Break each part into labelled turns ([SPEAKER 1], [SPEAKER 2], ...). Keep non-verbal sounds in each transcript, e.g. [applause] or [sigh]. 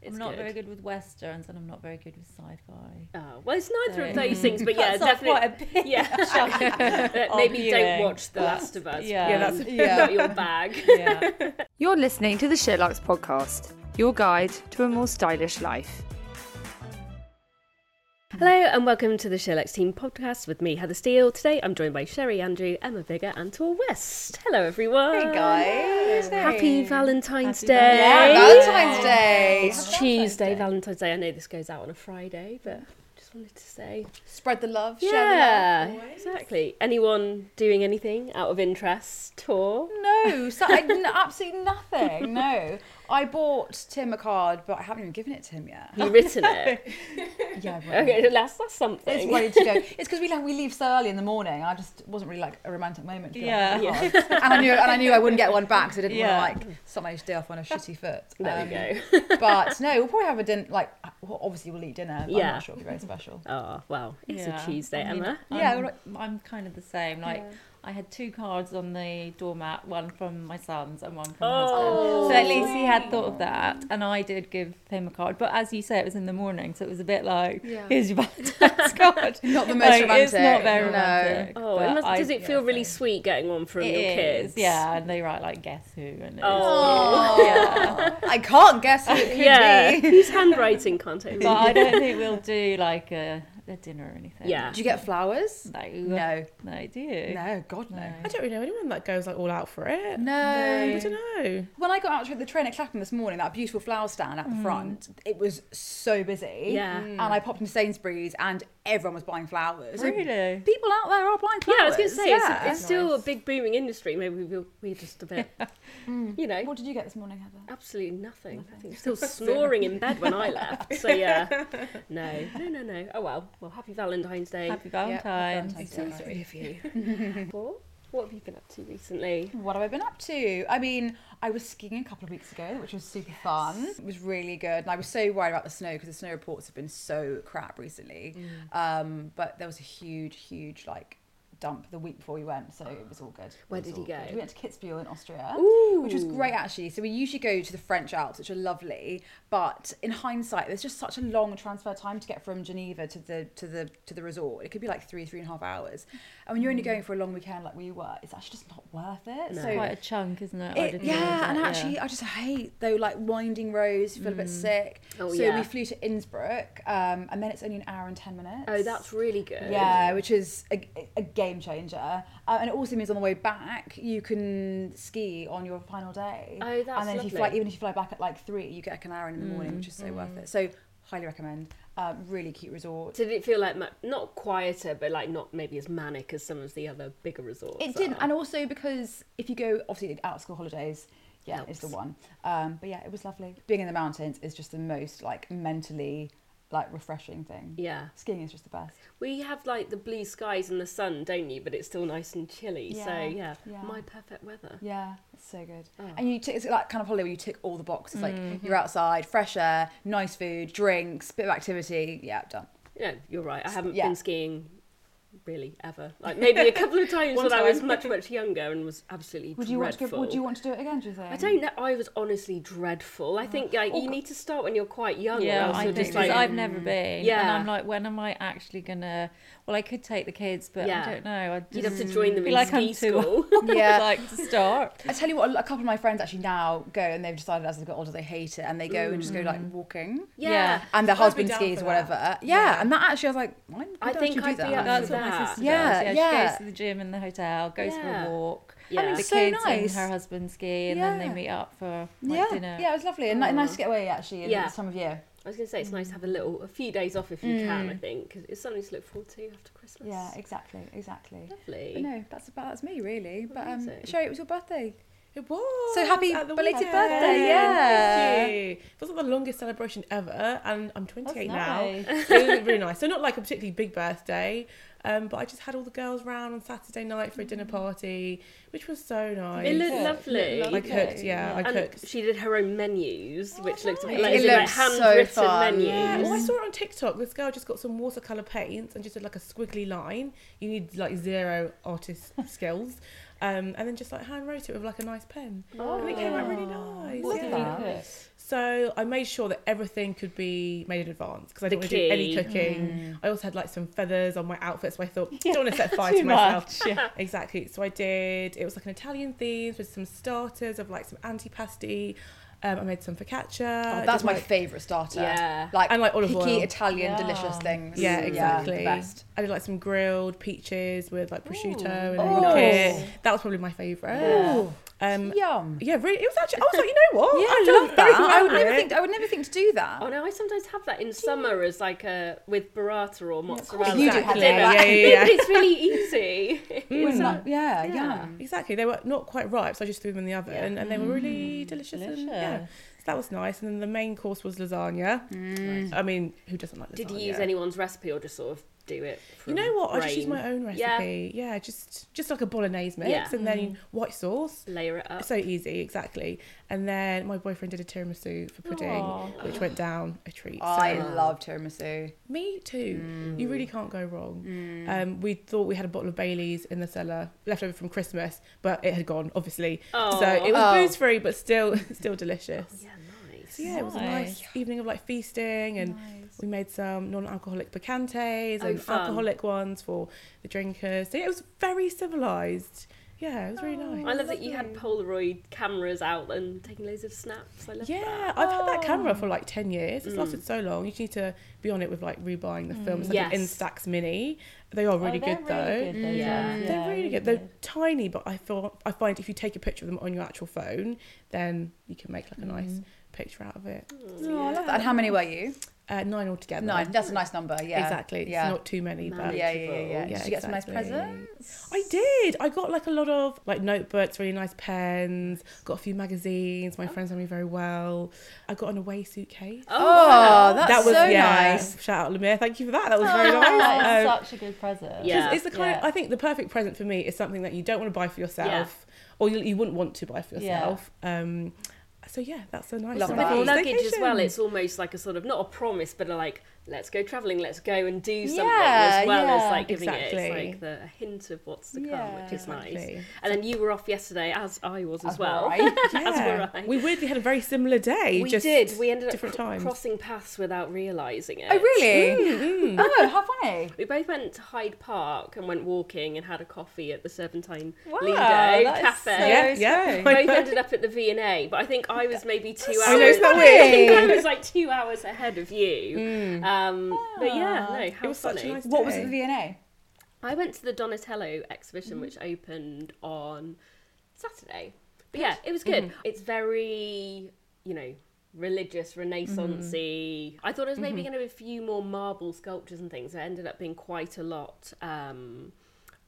[SPEAKER 1] I'm
[SPEAKER 2] It's
[SPEAKER 1] not
[SPEAKER 2] good.
[SPEAKER 1] very good with westerns, and I'm not very good with sci-fi.
[SPEAKER 2] Oh, well, it's neither of
[SPEAKER 1] So-
[SPEAKER 2] those things, but yeah,
[SPEAKER 1] [laughs] Cuts off
[SPEAKER 2] definitely.
[SPEAKER 1] quite a
[SPEAKER 2] [laughs]
[SPEAKER 1] bit, [laughs]
[SPEAKER 2] yeah,
[SPEAKER 1] of
[SPEAKER 2] maybe don't
[SPEAKER 1] viewing.
[SPEAKER 2] watch The Last of Us.
[SPEAKER 1] Yeah.
[SPEAKER 2] um,
[SPEAKER 1] [laughs] that's-
[SPEAKER 2] not your bag.
[SPEAKER 1] [laughs] Yeah.
[SPEAKER 3] You're listening to the Sherlock's podcast, your guide to a more stylish life.
[SPEAKER 2] Hello and welcome to the Sherlock's Team podcast with me, Heather Steele. Today I'm joined by Sherry Andrew, Emma Bigger, and Tor West. Hello everyone.
[SPEAKER 4] Hey guys.
[SPEAKER 2] Happy Valentine's
[SPEAKER 1] Happy
[SPEAKER 2] Day.
[SPEAKER 4] Yeah, Valentine's Day.
[SPEAKER 2] It's Tuesday, Valentine's Day. I know this goes out on a Friday, but just wanted to say.
[SPEAKER 4] Spread the love. Share
[SPEAKER 2] yeah,
[SPEAKER 4] The love.
[SPEAKER 2] exactly. Anyone doing anything out of interest? Tor?
[SPEAKER 4] No, so I, n- absolutely nothing. No, I bought Tim a card, but I haven't even given it to him yet.
[SPEAKER 2] Have you written
[SPEAKER 1] [laughs]
[SPEAKER 2] it?
[SPEAKER 4] Yeah, but
[SPEAKER 2] okay, that's, that's
[SPEAKER 4] it's
[SPEAKER 2] something. [laughs]
[SPEAKER 4] ready to go. It's because we like, we leave so early in the morning. I just it wasn't really like a romantic moment. To be
[SPEAKER 1] Yeah.
[SPEAKER 4] like, "Oh, cards." and I knew and I knew I wouldn't get one back, so I didn't
[SPEAKER 1] Yeah.
[SPEAKER 4] want to like start my day off on a shitty foot.
[SPEAKER 2] There
[SPEAKER 4] Um,
[SPEAKER 2] we go.
[SPEAKER 4] [laughs] but no, we'll probably have a dinner. Like, well, obviously we'll eat dinner. But I'm
[SPEAKER 2] Yeah.
[SPEAKER 4] not sure it'll be very special.
[SPEAKER 2] [laughs] Oh, well, it's
[SPEAKER 1] Yeah.
[SPEAKER 2] a Tuesday,
[SPEAKER 1] I mean,
[SPEAKER 2] Emma.
[SPEAKER 4] Yeah,
[SPEAKER 1] I'm,
[SPEAKER 4] well,
[SPEAKER 1] I'm kind of the same. Like, I had two cards on the doormat, one from my sons and one from my
[SPEAKER 2] Oh,
[SPEAKER 1] husband. So at least he had thought of that, and I did give him a card. But as you say, it was in the morning, so it was a bit like, [laughs] here's your
[SPEAKER 2] [laughs]
[SPEAKER 1] Valentine's card.
[SPEAKER 4] Not the most
[SPEAKER 1] like, It's not
[SPEAKER 4] romantic,
[SPEAKER 1] very
[SPEAKER 4] no.
[SPEAKER 1] romantic.
[SPEAKER 2] Oh,
[SPEAKER 1] but
[SPEAKER 2] it must,
[SPEAKER 1] I-
[SPEAKER 2] does it
[SPEAKER 1] yeah,
[SPEAKER 2] feel really
[SPEAKER 1] so-
[SPEAKER 2] sweet getting one from
[SPEAKER 1] It
[SPEAKER 2] your
[SPEAKER 1] is,
[SPEAKER 2] kids?
[SPEAKER 1] yeah, and they write like guess who and it's-
[SPEAKER 2] Oh.
[SPEAKER 1] yeah.
[SPEAKER 4] [laughs] I can't guess who it could
[SPEAKER 2] Yeah. [laughs]
[SPEAKER 4] be. [laughs]
[SPEAKER 2] Whose handwriting can't open?
[SPEAKER 1] But I don't think we'll do like a, a dinner or anything.
[SPEAKER 2] Yeah.
[SPEAKER 4] Do you get flowers?
[SPEAKER 1] No.
[SPEAKER 4] No.
[SPEAKER 1] No, do you?
[SPEAKER 4] No, God no.
[SPEAKER 5] I don't really know anyone that goes like all out for it.
[SPEAKER 4] No.
[SPEAKER 5] I don't know.
[SPEAKER 4] When I got out to the train at Clapham this morning, that beautiful flower stand at the front, it was so busy.
[SPEAKER 2] Mm.
[SPEAKER 5] Mm.
[SPEAKER 2] Yeah.
[SPEAKER 4] And I popped into Sainsbury's and everyone was buying flowers. So
[SPEAKER 1] Really?
[SPEAKER 4] people out there are buying
[SPEAKER 2] yeah,
[SPEAKER 4] flowers.
[SPEAKER 2] I was going to say,
[SPEAKER 4] yeah.
[SPEAKER 2] it's, it's still a big booming industry. Maybe we're, we're just a bit, you know,
[SPEAKER 4] What did you get this morning, Heather?
[SPEAKER 2] absolutely nothing. I think still snoring in bed when I left. So, yeah. No, no, no, no. Oh, well. Well, happy Valentine's Day.
[SPEAKER 1] Happy
[SPEAKER 4] Uh,
[SPEAKER 1] Valentine's.
[SPEAKER 2] Sorry for you. Paul, what have you been up to recently?
[SPEAKER 4] What have I been up to? I mean, I was skiing a couple of weeks ago, which was super fun. It was really good. And I was so worried about the snow because the snow reports have been so crap recently.
[SPEAKER 2] Mm.
[SPEAKER 4] Um, but there was a huge, huge like dump the week before we went, so it was all good.
[SPEAKER 2] Where
[SPEAKER 4] It was
[SPEAKER 2] did you
[SPEAKER 4] all good.
[SPEAKER 2] go?
[SPEAKER 4] We went to Kitzbühel in Austria, which was great actually. So we usually go to the French Alps, which are lovely, but in hindsight, there's just such a long transfer time to get from Geneva to the to the to the resort. It could be like three, three and a half hours. And when you're only going for a long weekend like we were, it's actually just not worth it. So
[SPEAKER 1] Quite a chunk, isn't it? I
[SPEAKER 4] it,
[SPEAKER 1] didn't realise
[SPEAKER 4] yeah, and
[SPEAKER 1] that,
[SPEAKER 4] actually, I just hate though, like winding roads. You feel a bit sick.
[SPEAKER 2] Oh,
[SPEAKER 4] so
[SPEAKER 2] yeah.
[SPEAKER 4] we flew to Innsbruck, um, and then it's only an hour and ten minutes.
[SPEAKER 2] Oh, that's really good.
[SPEAKER 4] yeah, which is a, a game changer. Uh, and it also means on the way back, you can ski on your final day.
[SPEAKER 2] Oh, that's
[SPEAKER 4] And then if you fly,
[SPEAKER 2] lovely.
[SPEAKER 4] even if you fly back at like three, you get like an hour in the morning, which is so worth it. So highly recommend. Um, really cute resort.
[SPEAKER 2] Did it feel like ma- not quieter, but like not maybe as manic as some of the other bigger resorts?
[SPEAKER 4] It didn't,
[SPEAKER 2] are?
[SPEAKER 4] and also because if you go obviously out of school holidays, yeah, is the
[SPEAKER 2] Helps.
[SPEAKER 4] one. Um, but yeah, it was lovely. Being in the mountains is just the most like mentally like refreshing thing.
[SPEAKER 2] Yeah.
[SPEAKER 4] skiing is just the best.
[SPEAKER 2] We have like the blue skies and the sun, don't you? But it's still nice and chilly.
[SPEAKER 4] Yeah,
[SPEAKER 2] So yeah,
[SPEAKER 4] yeah.
[SPEAKER 2] my perfect weather.
[SPEAKER 4] Yeah, it's so good.
[SPEAKER 2] Oh.
[SPEAKER 4] And you tick it's that kind of holiday where you tick all the boxes.
[SPEAKER 2] Mm-hmm.
[SPEAKER 4] Like you're outside, fresh air, nice food, drinks, bit of activity. Yeah, done.
[SPEAKER 2] Yeah, you're right. I haven't
[SPEAKER 4] yeah.
[SPEAKER 2] been skiing really ever. Like maybe a couple
[SPEAKER 4] [laughs]
[SPEAKER 2] of times
[SPEAKER 4] One
[SPEAKER 2] when I was
[SPEAKER 4] time.
[SPEAKER 2] much much younger and was absolutely
[SPEAKER 4] Would you
[SPEAKER 2] dreadful.
[SPEAKER 4] want to go, Would you want Oh, to do it again? Do you think?
[SPEAKER 2] I don't know. I was honestly dreadful. I think like you need to start when you're quite young. or
[SPEAKER 1] Yeah,
[SPEAKER 2] else
[SPEAKER 1] I
[SPEAKER 2] you're
[SPEAKER 1] think
[SPEAKER 2] just
[SPEAKER 1] 'cause
[SPEAKER 2] like
[SPEAKER 1] I've never been. and
[SPEAKER 2] Yeah.
[SPEAKER 1] I'm like, when am I actually gonna? Well, I could take the kids, but
[SPEAKER 2] Yeah.
[SPEAKER 1] I don't know. I just
[SPEAKER 2] you'd have
[SPEAKER 4] Mm.
[SPEAKER 2] to join them
[SPEAKER 1] feel
[SPEAKER 2] in
[SPEAKER 1] like
[SPEAKER 2] ski
[SPEAKER 1] I'm too
[SPEAKER 2] school.
[SPEAKER 1] old.
[SPEAKER 4] Yeah.
[SPEAKER 1] [laughs] like to
[SPEAKER 4] [laughs]
[SPEAKER 1] start.
[SPEAKER 4] I tell you what, a couple of my friends actually now go and they've decided as they get older they hate it and they go and just go like walking.
[SPEAKER 2] [laughs] Mm. yeah.
[SPEAKER 1] Yeah.
[SPEAKER 4] and their
[SPEAKER 5] I'd be
[SPEAKER 4] husband
[SPEAKER 5] down
[SPEAKER 4] skis
[SPEAKER 5] for
[SPEAKER 4] or
[SPEAKER 5] that.
[SPEAKER 4] whatever. Yeah. and that actually, I was like, why would
[SPEAKER 2] I
[SPEAKER 4] I
[SPEAKER 2] think
[SPEAKER 4] think you do
[SPEAKER 2] I'd be
[SPEAKER 4] that?
[SPEAKER 2] up for
[SPEAKER 1] That's
[SPEAKER 2] that.
[SPEAKER 1] what my sister
[SPEAKER 4] Yeah,
[SPEAKER 1] does. Yeah, she
[SPEAKER 4] yeah.
[SPEAKER 1] goes to the gym in the hotel, goes
[SPEAKER 2] Yeah.
[SPEAKER 1] for a walk.
[SPEAKER 2] Yeah. I mean,
[SPEAKER 1] the
[SPEAKER 4] so
[SPEAKER 1] kids
[SPEAKER 4] nice.
[SPEAKER 1] and her husband ski, and then
[SPEAKER 4] Yeah.
[SPEAKER 1] they meet up for like,
[SPEAKER 4] yeah,
[SPEAKER 1] dinner.
[SPEAKER 4] yeah, it was lovely and ni- nice to get away actually at
[SPEAKER 2] Oh. Yeah.
[SPEAKER 4] this time of year.
[SPEAKER 2] I was going to say it's nice to have a little, a few days off if you can. I think 'cause it's something to look forward to after Christmas.
[SPEAKER 4] Yeah, exactly, exactly.
[SPEAKER 2] Lovely.
[SPEAKER 4] But no, that's about that's me really. But um,
[SPEAKER 2] Amazing.
[SPEAKER 4] Sherry, it was your birthday.
[SPEAKER 5] It It was.
[SPEAKER 4] So happy
[SPEAKER 5] at the
[SPEAKER 4] belated
[SPEAKER 5] weekend.
[SPEAKER 4] birthday, yeah.
[SPEAKER 5] Thank you. It wasn't the longest celebration ever, and I'm 28 now.
[SPEAKER 6] nice.
[SPEAKER 5] So it was really nice. So not like a particularly big birthday, um, but I just had all the girls round on Saturday night for a dinner party, which was so nice.
[SPEAKER 2] It looked
[SPEAKER 6] cooked.
[SPEAKER 2] lovely.
[SPEAKER 6] It
[SPEAKER 5] I
[SPEAKER 6] looked lovely.
[SPEAKER 5] cooked, yeah, I
[SPEAKER 2] and
[SPEAKER 5] cooked.
[SPEAKER 2] she did her own menus, which looked
[SPEAKER 6] nice.
[SPEAKER 2] like,
[SPEAKER 4] It
[SPEAKER 2] as in, like,
[SPEAKER 4] looks so
[SPEAKER 2] handwritten
[SPEAKER 4] fun.
[SPEAKER 2] menus.
[SPEAKER 5] Yeah, oh, I saw it on TikTok. This girl just got some watercolor paints and just did like a squiggly line. You need like zero artist skills, um, and then just like hand wrote it with like a nice pen, and it came out really nice.
[SPEAKER 6] What did
[SPEAKER 5] yeah.
[SPEAKER 6] you cook?
[SPEAKER 5] So I made sure that everything could be made in advance because I didn't want
[SPEAKER 2] The
[SPEAKER 5] to do any
[SPEAKER 2] key.
[SPEAKER 5] cooking.
[SPEAKER 4] Mm-hmm.
[SPEAKER 5] I also had like some feathers on my outfit, so I thought don't want
[SPEAKER 4] [laughs]
[SPEAKER 5] to set fire
[SPEAKER 6] too
[SPEAKER 5] to myself.
[SPEAKER 6] much, yeah.
[SPEAKER 5] [laughs] exactly. So I did. It was like an Italian theme with some starters of like some antipasti. Um, I made some focaccia.
[SPEAKER 4] Oh, that's
[SPEAKER 5] did,
[SPEAKER 4] my
[SPEAKER 5] like-
[SPEAKER 4] favourite starter.
[SPEAKER 2] Yeah.
[SPEAKER 4] Like
[SPEAKER 5] And, like, olive
[SPEAKER 4] picky
[SPEAKER 5] oil.
[SPEAKER 4] Italian
[SPEAKER 6] Yeah.
[SPEAKER 4] delicious things.
[SPEAKER 5] Yeah, exactly.
[SPEAKER 4] the best.
[SPEAKER 5] I did like some grilled peaches with like prosciutto and
[SPEAKER 4] Ooh.
[SPEAKER 5] oh. That was probably my favourite. Um,
[SPEAKER 4] Yum.
[SPEAKER 5] yeah, really. It was actually. I was like, you know what?
[SPEAKER 4] Yeah,
[SPEAKER 5] I've
[SPEAKER 4] I
[SPEAKER 5] done
[SPEAKER 4] love
[SPEAKER 5] very
[SPEAKER 4] that.
[SPEAKER 5] well
[SPEAKER 4] I would never
[SPEAKER 5] here.
[SPEAKER 4] think I would never think to do that.
[SPEAKER 2] Oh no, I sometimes have that in summer as like a with burrata or mozzarella.
[SPEAKER 4] you do
[SPEAKER 2] at
[SPEAKER 4] have
[SPEAKER 2] dinner.
[SPEAKER 4] that.
[SPEAKER 2] [laughs]
[SPEAKER 5] Yeah, yeah, yeah.
[SPEAKER 2] But it's really easy.
[SPEAKER 4] Wouldn't that- yeah, yeah.
[SPEAKER 5] Exactly. They were not quite ripe, so I just threw them in the oven, and they were
[SPEAKER 2] Mm.
[SPEAKER 5] really delicious. And, yeah,
[SPEAKER 6] delicious.
[SPEAKER 5] so that was nice. And then the main course was lasagna. I mean, who doesn't like lasagna?
[SPEAKER 2] Mm. Did you use anyone's recipe or just sort of do it?
[SPEAKER 5] Oh, You
[SPEAKER 2] From
[SPEAKER 5] know what? I just use
[SPEAKER 2] brain?
[SPEAKER 5] my own
[SPEAKER 2] Yeah.
[SPEAKER 5] recipe. Yeah, just just like a bolognese mix,
[SPEAKER 2] Yeah. Mm.
[SPEAKER 5] and then white sauce.
[SPEAKER 2] Layer it up.
[SPEAKER 5] So easy, exactly. And then my boyfriend did a tiramisu for pudding, which went down a treat.
[SPEAKER 4] I
[SPEAKER 5] so
[SPEAKER 4] love tiramisu.
[SPEAKER 5] me too. You
[SPEAKER 2] Mm.
[SPEAKER 5] really can't go wrong. Um, we thought we had a bottle of Bailey's in the cellar, left over from Christmas, but it had gone, obviously. So it was booze free, but still, [laughs] still delicious.
[SPEAKER 2] Oh. yeah, nice.
[SPEAKER 5] So yeah, it was a nice evening of like feasting, and we made some non-alcoholic bacantes
[SPEAKER 2] Oh,
[SPEAKER 5] and
[SPEAKER 2] fun.
[SPEAKER 5] alcoholic ones for the drinkers. So yeah, it was very civilized. Yeah, it was really nice.
[SPEAKER 2] I love that you had Polaroid cameras out and taking loads of snaps. I love that.
[SPEAKER 5] Yeah, I've had that camera for like 10 years. It's
[SPEAKER 4] Mm.
[SPEAKER 5] lasted so long. You just need to be on it with like rebuying the film. It's like an
[SPEAKER 2] Yes.
[SPEAKER 5] Instax Mini. They
[SPEAKER 1] Oh,
[SPEAKER 5] are really
[SPEAKER 6] they're
[SPEAKER 5] good though.
[SPEAKER 4] Mm.
[SPEAKER 6] really good, those
[SPEAKER 2] Yeah.
[SPEAKER 6] ones,
[SPEAKER 5] They're really good. They're
[SPEAKER 6] good.
[SPEAKER 5] tiny, but I thought I find if you take a picture of them on your actual phone, then you can make like a
[SPEAKER 4] Mm.
[SPEAKER 5] nice picture out of it.
[SPEAKER 4] I love that. And how many were you?
[SPEAKER 5] Uh, nine altogether.
[SPEAKER 4] Nine. That's a nice number. Yeah.
[SPEAKER 5] Exactly.
[SPEAKER 4] Yeah.
[SPEAKER 5] It's not too many, but
[SPEAKER 4] yeah, yeah, yeah, yeah.
[SPEAKER 2] manageable.
[SPEAKER 4] Did
[SPEAKER 5] Yeah,
[SPEAKER 4] you get some nice
[SPEAKER 5] exactly.
[SPEAKER 4] presents?
[SPEAKER 5] I did. I got like a lot of like notebooks, really nice pens. Got a few magazines. My friends know me very well. I got an away suitcase.
[SPEAKER 4] Oh, that's
[SPEAKER 5] that was
[SPEAKER 4] so
[SPEAKER 5] yeah,
[SPEAKER 4] nice.
[SPEAKER 5] Shout out Lemire. Thank you for that. That was very nice.
[SPEAKER 4] Oh.
[SPEAKER 6] That is
[SPEAKER 5] Um,
[SPEAKER 6] such a good present.
[SPEAKER 2] Yeah.
[SPEAKER 5] It's the kind. Of,
[SPEAKER 6] Yeah.
[SPEAKER 5] I think the perfect present for me is something that you don't want to buy for yourself, or you, you wouldn't want to buy for
[SPEAKER 6] Yeah.
[SPEAKER 5] yourself. Um, so yeah, that's a nice.
[SPEAKER 4] Love
[SPEAKER 5] one
[SPEAKER 4] that.
[SPEAKER 5] for
[SPEAKER 2] With luggage as
[SPEAKER 5] staycation.
[SPEAKER 2] well, it's almost like a sort of not a promise, but a like let's go travelling, let's go and do something
[SPEAKER 4] Yeah,
[SPEAKER 2] as well as
[SPEAKER 4] yeah.
[SPEAKER 2] like giving it
[SPEAKER 5] Exactly.
[SPEAKER 2] it's like the a hint of what's to come, which is
[SPEAKER 5] Exactly.
[SPEAKER 2] nice. And then you were off yesterday, as I was as,
[SPEAKER 4] That's
[SPEAKER 2] well.
[SPEAKER 4] [laughs] right.
[SPEAKER 2] As were
[SPEAKER 5] yeah.
[SPEAKER 2] I.
[SPEAKER 5] We weirdly had a very similar day.
[SPEAKER 2] [laughs] We
[SPEAKER 5] just
[SPEAKER 2] did. We ended up
[SPEAKER 5] different
[SPEAKER 2] cr-
[SPEAKER 5] times.
[SPEAKER 2] crossing paths without realising it.
[SPEAKER 4] Oh really? Oh, how funny.
[SPEAKER 2] We both went to Hyde Park and went walking and had a coffee at the Serpentine
[SPEAKER 6] Wow,
[SPEAKER 2] Lido
[SPEAKER 6] that is
[SPEAKER 2] Cafe.
[SPEAKER 6] so
[SPEAKER 5] yeah, [laughs] yeah.
[SPEAKER 2] We both ended up at the V and A, but I think I was maybe two hours.
[SPEAKER 5] so isn't that
[SPEAKER 2] I think
[SPEAKER 5] weird?
[SPEAKER 2] I was like two hours ahead of you. Um, But yeah, no, how
[SPEAKER 5] Ah, it was
[SPEAKER 2] funny.
[SPEAKER 5] such a nice.
[SPEAKER 4] What was
[SPEAKER 5] day.
[SPEAKER 4] it? The VNA.
[SPEAKER 2] I went to the Donatello
[SPEAKER 6] Mm-hmm.
[SPEAKER 2] exhibition, which opened on Saturday. But yeah, it was good.
[SPEAKER 6] Mm-hmm.
[SPEAKER 2] It's very, you know, religious, renaissancey.
[SPEAKER 6] Mm-hmm.
[SPEAKER 2] I thought it was maybe going to be a few more marble sculptures and things. It ended up being quite a lot um,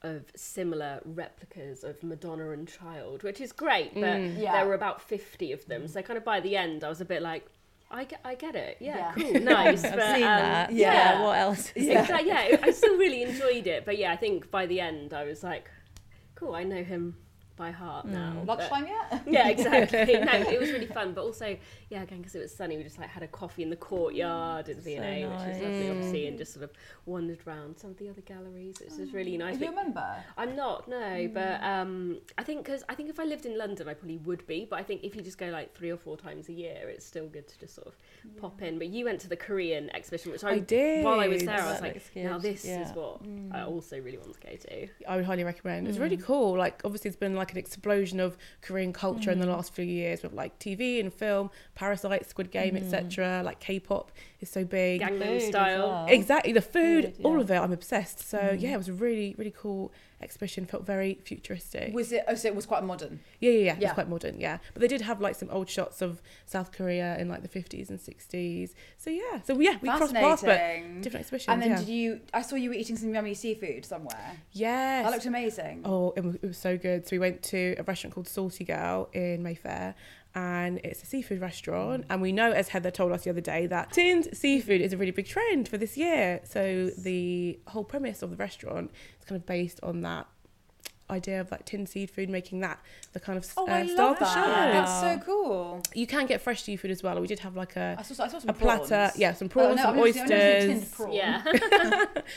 [SPEAKER 2] of similar replicas of Madonna and Child, which is great. But
[SPEAKER 6] Mm.
[SPEAKER 4] Yeah.
[SPEAKER 2] there were about 50 of them. So kind of by the end, I was a bit like, I get, I get it. Yeah,
[SPEAKER 4] Yeah. [laughs]
[SPEAKER 2] cool, nice.
[SPEAKER 6] I've
[SPEAKER 2] but,
[SPEAKER 6] seen
[SPEAKER 2] um,
[SPEAKER 6] that.
[SPEAKER 4] yeah.
[SPEAKER 6] What else? is there?
[SPEAKER 2] Exactly. uh, Yeah, I still really enjoyed it, but yeah, I think by the end I was like, cool, I know him by heart now. but-
[SPEAKER 4] Lunchtime [laughs] yet?
[SPEAKER 2] Yeah, exactly. no, it was really fun, but also, yeah, again, because it was sunny, we just like had a coffee in the courtyard at the V&A, which was lovely, obviously, and just sort of wandered around some of the other galleries, which was really nice.
[SPEAKER 4] Do you
[SPEAKER 2] but-
[SPEAKER 4] remember?
[SPEAKER 2] I'm not, no, but um, I think because I think if I lived in London, I probably would be. But I think if you just go like three or four times a year, it's still good to just sort of pop in. But you went to the Korean exhibition, which I,
[SPEAKER 5] I did.
[SPEAKER 2] while I was there. I was
[SPEAKER 6] That
[SPEAKER 2] like,
[SPEAKER 6] looks
[SPEAKER 2] now
[SPEAKER 6] good,
[SPEAKER 2] this is
[SPEAKER 6] yeah.
[SPEAKER 2] what I also really want to go to.
[SPEAKER 5] I would highly recommend. It's really cool. Like obviously it's been like an explosion of Korean culture in the last few years with like TV and film, Parasite, Squid Game, etc. Like K-pop is so big.
[SPEAKER 2] Gangnam
[SPEAKER 6] Food as
[SPEAKER 2] Style.
[SPEAKER 6] well.
[SPEAKER 5] Exactly, the food,
[SPEAKER 6] Food,
[SPEAKER 5] all
[SPEAKER 6] yeah.
[SPEAKER 4] Mm.
[SPEAKER 5] of it. I'm obsessed. So yeah, it was a really really cool exhibition felt very futuristic.
[SPEAKER 4] Was it? Oh, so it was quite modern.
[SPEAKER 5] Yeah, yeah, yeah. It's
[SPEAKER 2] Yeah.
[SPEAKER 5] quite modern, yeah. But they did have like some old shots of South Korea in like the 50s and 60s. So yeah, so yeah, we crossed paths, but
[SPEAKER 4] Fascinating.
[SPEAKER 5] different exhibitions.
[SPEAKER 4] And then
[SPEAKER 5] yeah.
[SPEAKER 4] did you? I saw you were eating some yummy seafood somewhere.
[SPEAKER 5] Yes.
[SPEAKER 4] That looked amazing.
[SPEAKER 5] Oh, it was, it was so good. So we went to a restaurant called Salty Girl in Mayfair, and it's a seafood restaurant. And we know, as Heather told us the other day, that tinned seafood is a really big trend for this year. So the whole premise of the restaurant is kind of based on that idea of like tinned seafood, making that the kind of
[SPEAKER 4] Oh,
[SPEAKER 5] uh,
[SPEAKER 4] I
[SPEAKER 5] star
[SPEAKER 4] love
[SPEAKER 5] of the
[SPEAKER 4] that.
[SPEAKER 5] show.
[SPEAKER 4] That's so cool.
[SPEAKER 5] You can get fresh seafood as well. We did have like a
[SPEAKER 4] I saw, I saw Uh, some
[SPEAKER 5] a platter,
[SPEAKER 4] prawns.
[SPEAKER 5] yeah, some
[SPEAKER 4] Oh,
[SPEAKER 5] prawns,
[SPEAKER 4] no,
[SPEAKER 5] some
[SPEAKER 4] I've never seen- I've never seen a tinned
[SPEAKER 5] oysters.
[SPEAKER 4] prawn.
[SPEAKER 2] Yeah.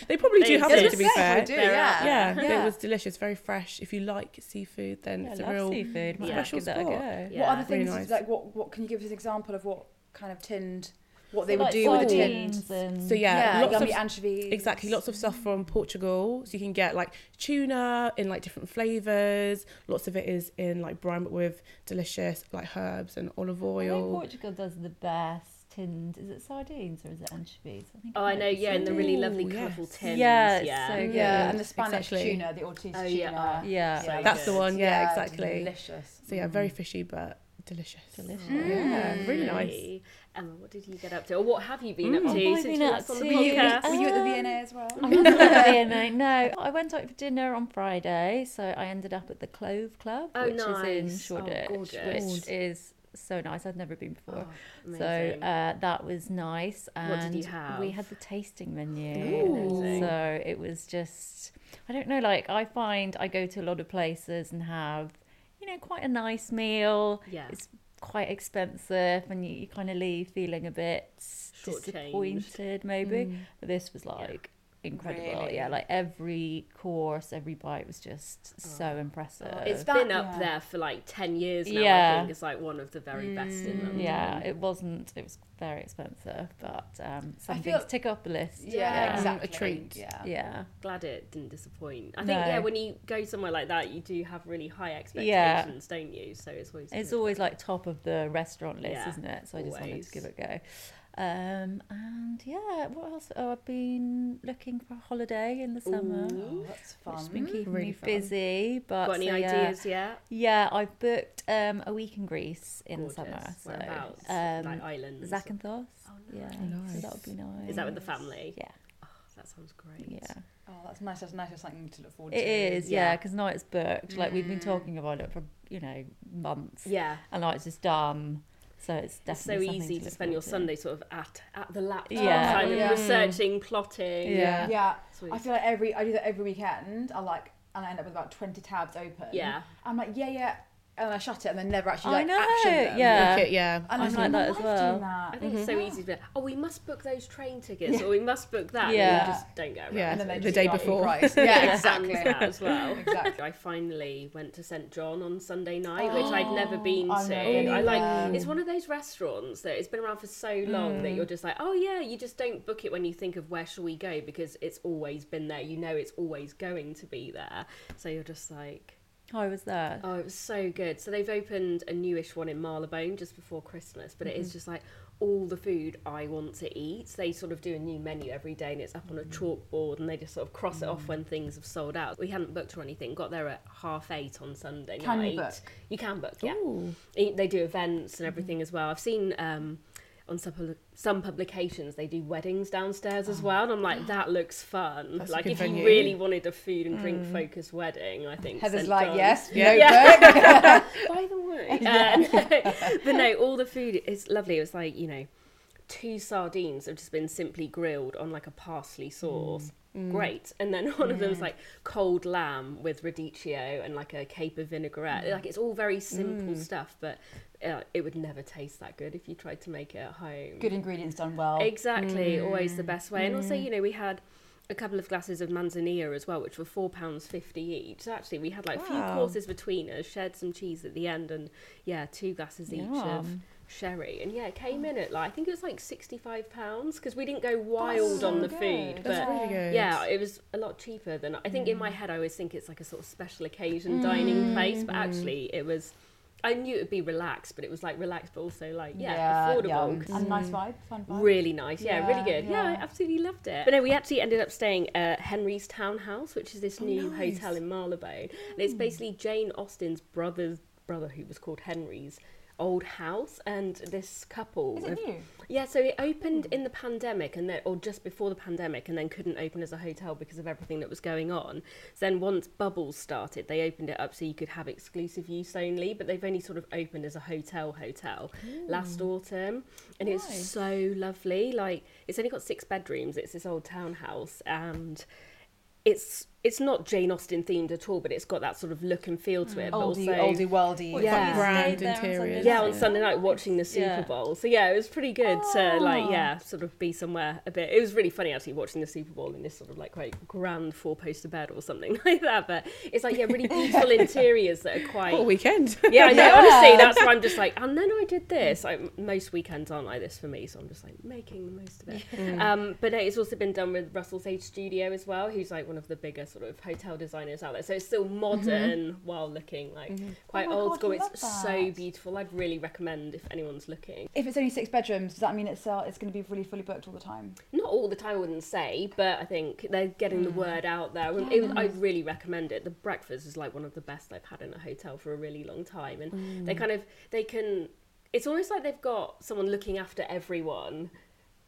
[SPEAKER 5] they probably
[SPEAKER 2] They
[SPEAKER 5] do have
[SPEAKER 2] exist.
[SPEAKER 5] them to be
[SPEAKER 4] Yes,
[SPEAKER 5] fair.
[SPEAKER 4] they do, yeah.
[SPEAKER 5] Yeah, but
[SPEAKER 4] Yeah.
[SPEAKER 5] it was delicious, very fresh. If you like seafood, then it's
[SPEAKER 1] I
[SPEAKER 5] a
[SPEAKER 1] love
[SPEAKER 5] real
[SPEAKER 1] seafood. Might
[SPEAKER 5] special
[SPEAKER 1] give that a
[SPEAKER 5] spot.
[SPEAKER 1] go.
[SPEAKER 2] Yeah.
[SPEAKER 4] What other
[SPEAKER 5] Really
[SPEAKER 4] things?
[SPEAKER 5] nice.
[SPEAKER 4] Like what? What can you give us an example of what kind of tinned? What they
[SPEAKER 1] Like
[SPEAKER 4] would do with a tinned?
[SPEAKER 1] sardines and-
[SPEAKER 5] So yeah,
[SPEAKER 4] Yeah,
[SPEAKER 5] lots
[SPEAKER 4] yummy
[SPEAKER 5] of
[SPEAKER 4] anchovies.
[SPEAKER 5] exactly lots of stuff from Portugal. So you can get like tuna in like different flavors. Lots of it is in like brine, but with delicious like herbs and olive
[SPEAKER 2] Oh,
[SPEAKER 1] I think
[SPEAKER 5] oil.
[SPEAKER 1] Portugal does the best tinned. Is it sardines or is it anchovies? I think
[SPEAKER 2] Oh,
[SPEAKER 1] it
[SPEAKER 2] I know.
[SPEAKER 1] is.
[SPEAKER 2] Yeah, and the really lovely
[SPEAKER 5] Ooh,
[SPEAKER 2] colourful
[SPEAKER 5] yes.
[SPEAKER 2] tins.
[SPEAKER 1] Yeah, it's
[SPEAKER 2] yeah.
[SPEAKER 1] so
[SPEAKER 4] Yeah,
[SPEAKER 1] good.
[SPEAKER 4] and the Spanish
[SPEAKER 5] Exactly.
[SPEAKER 4] tuna, the Ortiz
[SPEAKER 2] Oh,
[SPEAKER 4] tuna.
[SPEAKER 2] yeah.
[SPEAKER 1] Yeah.
[SPEAKER 2] So
[SPEAKER 5] That's the
[SPEAKER 2] good.
[SPEAKER 5] one. Yeah, exactly.
[SPEAKER 4] Delicious.
[SPEAKER 5] So yeah, very fishy but delicious.
[SPEAKER 1] Mm. Delicious.
[SPEAKER 5] Yeah, really
[SPEAKER 2] Mm.
[SPEAKER 5] nice.
[SPEAKER 2] Lovely. Oh, Emma, what did you get up to? Or what have you been up
[SPEAKER 1] What
[SPEAKER 2] to
[SPEAKER 1] have I
[SPEAKER 2] since
[SPEAKER 1] been
[SPEAKER 2] we
[SPEAKER 1] up
[SPEAKER 2] last on the
[SPEAKER 1] to? Were you-
[SPEAKER 2] podcast?
[SPEAKER 4] Were you at the V&A
[SPEAKER 5] Uh,
[SPEAKER 4] as well?
[SPEAKER 1] [laughs] I wasn't at the V&A, no. I went out for dinner on Friday, so I ended up at the Clove Club,
[SPEAKER 2] Oh,
[SPEAKER 1] which is in
[SPEAKER 2] nice. Oh,
[SPEAKER 1] Shoreditch,
[SPEAKER 2] gorgeous.
[SPEAKER 1] which is so nice. I've never been before.
[SPEAKER 2] Oh,
[SPEAKER 1] so
[SPEAKER 2] amazing.
[SPEAKER 1] uh, that was nice. And
[SPEAKER 2] What did you
[SPEAKER 1] We
[SPEAKER 2] have?
[SPEAKER 1] had the tasting menu.
[SPEAKER 2] Amazing.
[SPEAKER 1] So it was just, I don't know, like I find I go to a lot of places and have, you know, quite a nice meal.
[SPEAKER 2] Yeah.
[SPEAKER 1] It's quite expensive and you, you kind of leave feeling a bit
[SPEAKER 2] Shortchanged. Mm.
[SPEAKER 1] disappointed maybe but this was like incredible
[SPEAKER 4] Really?
[SPEAKER 1] yeah like every course every bite was just so impressive
[SPEAKER 2] Oh. It's
[SPEAKER 4] That-
[SPEAKER 2] been up
[SPEAKER 4] yeah.
[SPEAKER 2] there for like 10 years now, I
[SPEAKER 1] Yeah. Mm,
[SPEAKER 2] think. It's like one of the very best in London.
[SPEAKER 1] yeah it wasn't it was very expensive but um some
[SPEAKER 4] feel-
[SPEAKER 1] things tick up the list Um,
[SPEAKER 4] Yeah, exactly.
[SPEAKER 5] um, A treat.
[SPEAKER 4] Yeah.
[SPEAKER 1] yeah
[SPEAKER 2] Glad it didn't disappoint. I think,
[SPEAKER 1] No.
[SPEAKER 2] yeah, when you go somewhere like that, you do have really high expectations, don't you? So it's always.
[SPEAKER 1] it's
[SPEAKER 2] good.
[SPEAKER 1] always like top of the restaurant list
[SPEAKER 2] Yeah,
[SPEAKER 1] isn't it so i just wanted
[SPEAKER 2] always.
[SPEAKER 1] to give it a go um and yeah what else oh i've been looking for a holiday in the summer
[SPEAKER 4] Oh, that's
[SPEAKER 1] It's
[SPEAKER 4] fun.
[SPEAKER 1] been keeping
[SPEAKER 5] Really
[SPEAKER 1] me
[SPEAKER 5] fun.
[SPEAKER 1] busy, but
[SPEAKER 2] Mm. Got any
[SPEAKER 1] so, yeah.
[SPEAKER 2] ideas yet?
[SPEAKER 1] Yeah, I booked um, a week in Greece in
[SPEAKER 2] Gorgeous.
[SPEAKER 1] the summer. So,
[SPEAKER 2] Whereabouts? Like islands?
[SPEAKER 1] Zakynthos. Yeah, so
[SPEAKER 5] Nice.
[SPEAKER 1] that would be nice.
[SPEAKER 2] Is that with the family? Oh,
[SPEAKER 1] Yeah,
[SPEAKER 2] That sounds great.
[SPEAKER 1] yeah,
[SPEAKER 4] Oh, that's nice. That's nice. That's something to look forward
[SPEAKER 1] it
[SPEAKER 4] to.
[SPEAKER 1] is. Yeah,
[SPEAKER 2] Yeah. Mm.
[SPEAKER 1] because now it's booked. Like we've been talking about it for you know months.
[SPEAKER 2] Yeah.
[SPEAKER 1] and now it's just done. So it's
[SPEAKER 2] It's so
[SPEAKER 1] definitely something
[SPEAKER 2] easy to
[SPEAKER 1] look
[SPEAKER 2] spend your
[SPEAKER 1] forward
[SPEAKER 2] Sunday sort of at at the laptop,
[SPEAKER 1] Yeah.
[SPEAKER 2] kind of
[SPEAKER 4] Yeah.
[SPEAKER 2] researching, plotting.
[SPEAKER 1] Yeah.
[SPEAKER 4] Yeah.
[SPEAKER 2] Sweet.
[SPEAKER 4] I feel like every I do that every weekend. I like and I end up with about twenty tabs open.
[SPEAKER 2] Yeah.
[SPEAKER 4] I'm like yeah yeah, and I shut it and then never actually
[SPEAKER 1] I
[SPEAKER 4] like
[SPEAKER 1] know,
[SPEAKER 4] action them.
[SPEAKER 1] yeah.
[SPEAKER 5] Okay, yeah.
[SPEAKER 4] And I'm,
[SPEAKER 1] I'm
[SPEAKER 4] like
[SPEAKER 1] like that as
[SPEAKER 4] "Why
[SPEAKER 1] well."
[SPEAKER 4] doing that?" [laughs]
[SPEAKER 2] I think it's so easy to be like, oh, we must book those train tickets, or we must book that.
[SPEAKER 1] Yeah.
[SPEAKER 2] And you just don't get around.
[SPEAKER 5] Yeah.
[SPEAKER 2] to
[SPEAKER 4] And
[SPEAKER 2] it.
[SPEAKER 4] then
[SPEAKER 5] The
[SPEAKER 4] they
[SPEAKER 5] day
[SPEAKER 4] just
[SPEAKER 5] before.
[SPEAKER 4] like,
[SPEAKER 5] [laughs]
[SPEAKER 4] right. Yeah,
[SPEAKER 2] Exactly.
[SPEAKER 4] exactly.
[SPEAKER 2] that as well. [laughs]
[SPEAKER 4] Exactly.
[SPEAKER 2] I finally went to St John on Sunday night, which I'd never been
[SPEAKER 4] Oh, I
[SPEAKER 2] to.
[SPEAKER 4] know.
[SPEAKER 2] I like it's one of those restaurants that it's been around for so long
[SPEAKER 4] Mm.
[SPEAKER 2] that you're just like, oh yeah, you just don't book it when you think of where shall we go because it's always been there. You know, it's always going to be there. So you're just like,
[SPEAKER 1] to. I was there.
[SPEAKER 2] Oh, it was so good. So they've opened a newish one in Marylebone just before Christmas, but it
[SPEAKER 4] Mm-hmm.
[SPEAKER 2] is just like all the food I want to eat. They sort of do a new menu every day and it's up on a
[SPEAKER 4] Mm-hmm.
[SPEAKER 2] chalkboard and they just sort of cross it
[SPEAKER 4] Mm.
[SPEAKER 2] off when things have sold out. We hadn't booked or anything, got there at half eight on Sunday
[SPEAKER 4] Can
[SPEAKER 2] night.
[SPEAKER 4] you book? Mm-hmm.
[SPEAKER 2] You can book, yeah. E- They do events and everything as well. I've seen um, on some, pub- some publications they do weddings downstairs
[SPEAKER 4] Oh.
[SPEAKER 2] as well, and I'm
[SPEAKER 4] [gasps]
[SPEAKER 2] like, that looks fun.
[SPEAKER 5] That's a
[SPEAKER 2] like
[SPEAKER 5] good
[SPEAKER 2] if
[SPEAKER 5] venue.
[SPEAKER 2] you really wanted a food and drink focused wedding, I think
[SPEAKER 4] Mm. Heather's
[SPEAKER 2] St.
[SPEAKER 4] like
[SPEAKER 2] John's-
[SPEAKER 4] yes,
[SPEAKER 5] Yeah.
[SPEAKER 4] no
[SPEAKER 2] [laughs]
[SPEAKER 4] book.
[SPEAKER 2] by the way. Uh, [laughs] but no, all the food is lovely. It was like, you know, two sardines have just been simply grilled on like a parsley sauce. Great. And then one of them's like cold lamb with radicchio and like a caper vinaigrette. Like it's all very simple stuff, but uh, it would never taste that good if you tried to make it at home.
[SPEAKER 4] Good ingredients done well.
[SPEAKER 2] Exactly, always the
[SPEAKER 5] Mm,
[SPEAKER 2] best way. And also, you know, we had a couple of glasses of manzanilla as well, which were four pounds fifty each. So actually, we had like a few
[SPEAKER 5] Wow.
[SPEAKER 2] courses between us, shared some cheese at the end, and yeah, two glasses each of
[SPEAKER 1] Yum.
[SPEAKER 2] sherry. And yeah, it came in at like I think it was like sixty five pounds because we didn't go wild on the food, but.
[SPEAKER 5] That's really good. Mm.
[SPEAKER 2] yeah, it was a lot cheaper than I think. In my head, I always think it's like a sort of special occasion dining place, but actually, it was I knew it would be relaxed, but it was like relaxed, but also like yeah,
[SPEAKER 4] young.
[SPEAKER 2] affordable. 'cause
[SPEAKER 4] and nice vibe, fun vibe.
[SPEAKER 2] Really nice, yeah,
[SPEAKER 4] Yeah,
[SPEAKER 2] really good. Yeah. I
[SPEAKER 4] yeah.
[SPEAKER 2] absolutely loved it. But no, we actually ended up staying at Henry's Townhouse, which is this new
[SPEAKER 5] nice.
[SPEAKER 2] hotel in Marylebone, and
[SPEAKER 4] Hmm.
[SPEAKER 2] it's basically Jane Austen's brother's brother, who was called Henry's, old house, and this couple.
[SPEAKER 4] Is it
[SPEAKER 2] have-
[SPEAKER 4] new? Hmm.
[SPEAKER 2] yeah, so it opened in the pandemic and then, or just before the pandemic, and then couldn't open as a hotel because of everything that was going on. So then, once bubbles started, they opened it up so you could have exclusive use only. But they've only sort of opened as a hotel hotel last
[SPEAKER 4] Hmm.
[SPEAKER 2] autumn, and it was so lovely. Like it's only got six bedrooms. It's this old townhouse, and it's it's not Jane Austen themed at all, but it's got that sort of look and feel to it. but
[SPEAKER 4] Oldie,
[SPEAKER 2] also-
[SPEAKER 4] oldie, worldy.
[SPEAKER 6] Well,
[SPEAKER 2] Yeah.
[SPEAKER 6] you
[SPEAKER 5] Oh,
[SPEAKER 6] stayed
[SPEAKER 5] Grand
[SPEAKER 6] there on Sunday
[SPEAKER 5] interiors.
[SPEAKER 2] yeah,
[SPEAKER 6] night.
[SPEAKER 2] on Sunday night watching the Super
[SPEAKER 6] Yeah.
[SPEAKER 2] Bowl. So yeah, it was pretty good to like yeah, sort of be somewhere a bit. It was really funny actually watching the Super Bowl in this sort of like quite grand four poster bed or something [laughs] like that. But it's like yeah,
[SPEAKER 4] [laughs]
[SPEAKER 2] really beautiful interiors that are quite.
[SPEAKER 4] Oh,
[SPEAKER 5] What a weekend.
[SPEAKER 2] [laughs] yeah, I know. Honestly, that's why I'm just like, and then I did this. I, most weekends aren't like this for me, so I'm just like making the most of it. Um, but no, it's also been done with Russell Sage Studio as well, who's like one of the bigger sort of hotel designers out there. So it's still modern while looking like quite
[SPEAKER 4] Mm-hmm. Oh my
[SPEAKER 2] old
[SPEAKER 4] God,
[SPEAKER 2] school.
[SPEAKER 4] I
[SPEAKER 2] It's
[SPEAKER 4] love
[SPEAKER 2] so
[SPEAKER 4] that.
[SPEAKER 2] beautiful. I'd really recommend if anyone's looking.
[SPEAKER 4] If it's only six bedrooms, does that mean it's uh, it's going to be really fully booked all the time?
[SPEAKER 2] Not all the time, I wouldn't say, but I think they're getting the word out there. It was, I really recommend it. The breakfast is like one of the best I've had in a hotel for a really long time, and they kind of they can. It's almost like they've got someone looking after everyone,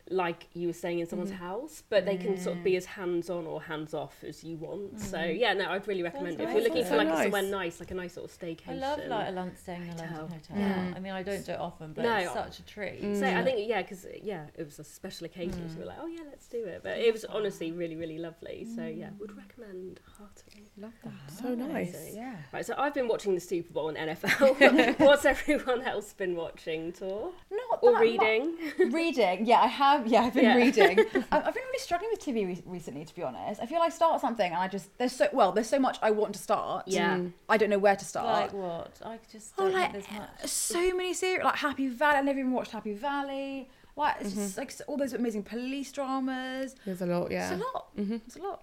[SPEAKER 2] like you were saying in someone's house, but they can sort of be as hands on or hands off as you want. So yeah, no, I'd really recommend it. If you're looking
[SPEAKER 5] nice.
[SPEAKER 2] for like
[SPEAKER 5] So
[SPEAKER 2] somewhere
[SPEAKER 5] nice.
[SPEAKER 2] nice, like a nice sort of staycation.
[SPEAKER 6] I love like a London staying in a London hotel. I mean, I don't do it often, but
[SPEAKER 2] No. Mm.
[SPEAKER 6] it's such a treat.
[SPEAKER 2] So
[SPEAKER 4] Mm.
[SPEAKER 2] I think yeah, because yeah, it was a special occasion. So we were like, oh yeah, let's do it. But it was honestly really, really lovely. So yeah,
[SPEAKER 4] Mm.
[SPEAKER 2] would recommend heartily. Love that.
[SPEAKER 5] So nice.
[SPEAKER 4] Yeah.
[SPEAKER 2] Right, so I've been watching the Super Bowl and
[SPEAKER 4] [laughs]
[SPEAKER 2] NFL. [laughs] What's everyone else been watching, Tor?
[SPEAKER 4] Not
[SPEAKER 2] Or
[SPEAKER 4] that
[SPEAKER 2] reading?
[SPEAKER 4] mu- [laughs] reading, yeah, I have. Yeah, I've been
[SPEAKER 2] Yeah.
[SPEAKER 6] [laughs]
[SPEAKER 4] reading. um, I've been really struggling with TV re- recently, to be honest. I feel I start something and I just there's so well there's so much I want to start.
[SPEAKER 2] Yeah. Mm.
[SPEAKER 4] I don't know where to start.
[SPEAKER 6] Like what? I just
[SPEAKER 4] Oh,
[SPEAKER 6] don't
[SPEAKER 4] like
[SPEAKER 6] think there's much.
[SPEAKER 5] uh,
[SPEAKER 4] so many series like Happy Valley. I never even watched Happy Valley. Like
[SPEAKER 6] Mm-hmm.
[SPEAKER 4] it's just like all those amazing police dramas.
[SPEAKER 5] There's a lot, yeah.
[SPEAKER 4] It's a lot.
[SPEAKER 6] Mm-hmm.
[SPEAKER 4] It's a lot.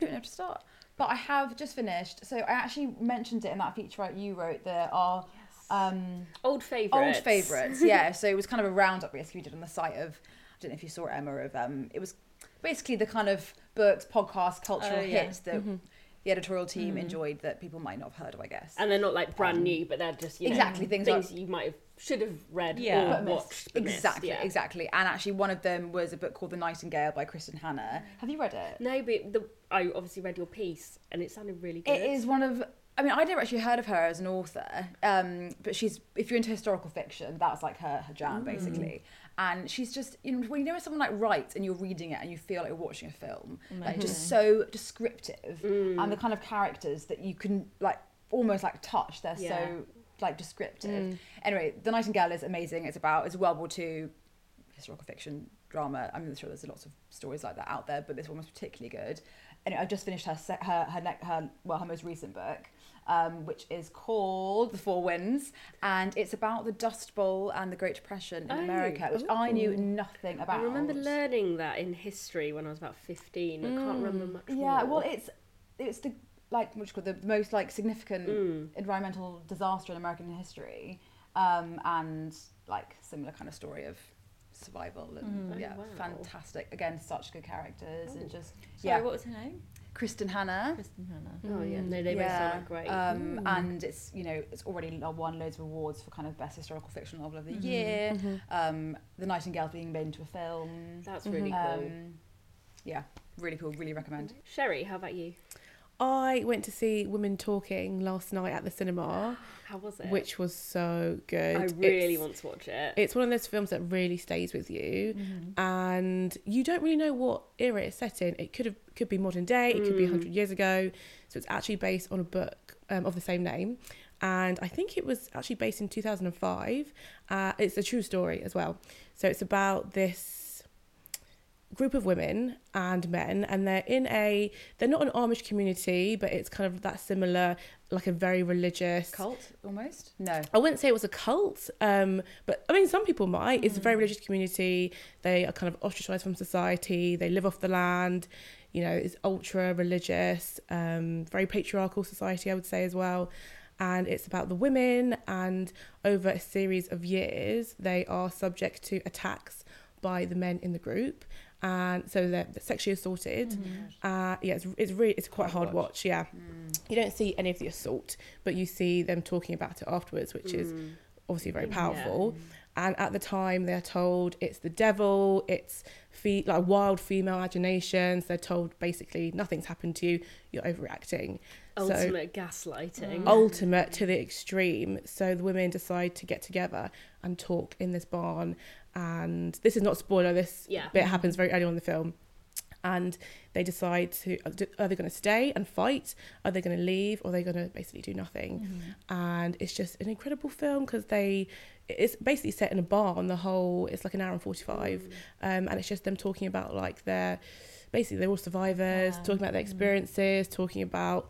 [SPEAKER 4] Don't know to start. But I have just finished. So I actually mentioned it in that featurette you wrote. There are um,
[SPEAKER 2] [laughs] Old favourites.
[SPEAKER 4] old favourites. Yeah. So it was kind of a roundup basically we did on the site of. I don't know if you saw it, Emma. Of um, it was basically the kind of books, podcasts, cultural
[SPEAKER 6] Oh, yeah.
[SPEAKER 4] hits that the editorial team enjoyed that people might not have heard of. I guess.
[SPEAKER 2] And they're not like brand new, but they're just you know,
[SPEAKER 4] Um, exactly, things
[SPEAKER 2] things
[SPEAKER 4] are-
[SPEAKER 2] you might have should have read
[SPEAKER 6] Yeah.
[SPEAKER 2] or
[SPEAKER 6] But
[SPEAKER 4] missed.
[SPEAKER 2] watched. but missed,
[SPEAKER 4] exactly,
[SPEAKER 2] yeah.
[SPEAKER 4] exactly. And actually, one of them was a book called The Nightingale by Kristen Hannah. Have you read it?
[SPEAKER 2] No, but the, I obviously read your piece and it sounded really good.
[SPEAKER 4] It is one of. I mean, I never actually heard of her as an author, um, but she's if you're into historical fiction, that's like her her
[SPEAKER 2] Mm.
[SPEAKER 4] jam basically. And she's just you know when you know when someone like writes and you're reading it and you feel like you're watching a film, like just so descriptive and the
[SPEAKER 2] Mm.
[SPEAKER 4] kind of characters that you can like almost like touch. They're
[SPEAKER 2] Yeah. Mm.
[SPEAKER 4] so like descriptive. Anyway, The Nightingale is amazing. It's about it's a World War Two historical fiction drama. I'm sure there's lots of stories like that out there, but this one was particularly good. Anyway, I've just finished her se- her her, ne- her well her most recent book, um, which is called The Four Winds, and it's about the Dust Bowl and the Great Depression in
[SPEAKER 2] Oh,
[SPEAKER 4] America, which I knew nothing about.
[SPEAKER 2] I remember learning that in history when I was about 15. I can't remember much
[SPEAKER 4] Mm, Yeah,
[SPEAKER 2] more.
[SPEAKER 4] well, it's it's the like what do you call it, the most like significant
[SPEAKER 2] Mm.
[SPEAKER 4] environmental disaster in American history, um, and like similar kind of story of survival and yeah,
[SPEAKER 2] Mm. Oh, wow.
[SPEAKER 4] fantastic. Again, such good characters and just
[SPEAKER 6] Sorry,
[SPEAKER 4] yeah,
[SPEAKER 6] what was her name?
[SPEAKER 4] Kristen Hannah.
[SPEAKER 6] Kristen Hannah.
[SPEAKER 2] Oh yeah, no, they both sound like great.
[SPEAKER 4] Mm, Um,
[SPEAKER 5] Hmm.
[SPEAKER 4] And it's you know it's already lo- won loads of awards for kind of best historical fiction novel of the
[SPEAKER 5] Mm-hmm.
[SPEAKER 4] year. Um, the Nightingale's being made into a film.
[SPEAKER 2] That's really cool.
[SPEAKER 4] Um, yeah, really cool. Really recommend.
[SPEAKER 2] Sherry, how about you?
[SPEAKER 5] I went to see Women Talking last night at the cinema,
[SPEAKER 2] How was it?
[SPEAKER 5] which was so good.
[SPEAKER 2] I really
[SPEAKER 5] It's-
[SPEAKER 2] want to watch it.
[SPEAKER 5] It's one of those films that really stays with you, and you don't really know what era it's set in. It could have could be modern day, it could be hundred years ago. So it's actually based on a book um, of the same name, and I think it was actually based in two thousand and five. Uh, it's a true story as well. So it's about this group of women and men and they're in a they're not an Amish community but it's kind of that similar like a very religious
[SPEAKER 4] Cult almost. No.
[SPEAKER 5] I wouldn't say it was a cult, um, but I mean, some people might. It's a very religious community. They are kind of ostracized from society. They live off the land. You know, it's ultra religious, um, very patriarchal society, I would say as well. and it's about the women. And over a series of years, they are subject to attacks by the men in the group, and so they're sexually assaulted. Uh, yeah, it's, it's really it's quite a hard watch. Hmm. Yeah, you don't see any of the assault, but you see them talking about it afterwards, which is obviously very powerful. And at the time, they're told it's the devil, it's fe- like wild female imaginations. They're told basically nothing's happened to you, you're overreacting. So,
[SPEAKER 2] Ultimate gaslighting.
[SPEAKER 4] Mm.
[SPEAKER 5] ultimate to the extreme. So the women decide to get together and talk in this barn. And this is not spoiler. This
[SPEAKER 2] Yeah.
[SPEAKER 5] bit happens very early on in the film. And they decide to are they going to stay and fight? Are they going to leave? Or are they going to basically do nothing? And it's just an incredible film because they it's basically set in a barn. The whole it's like an hour and forty five, um, and it's just them talking about like their basically they're all survivors talking about their experiences, talking about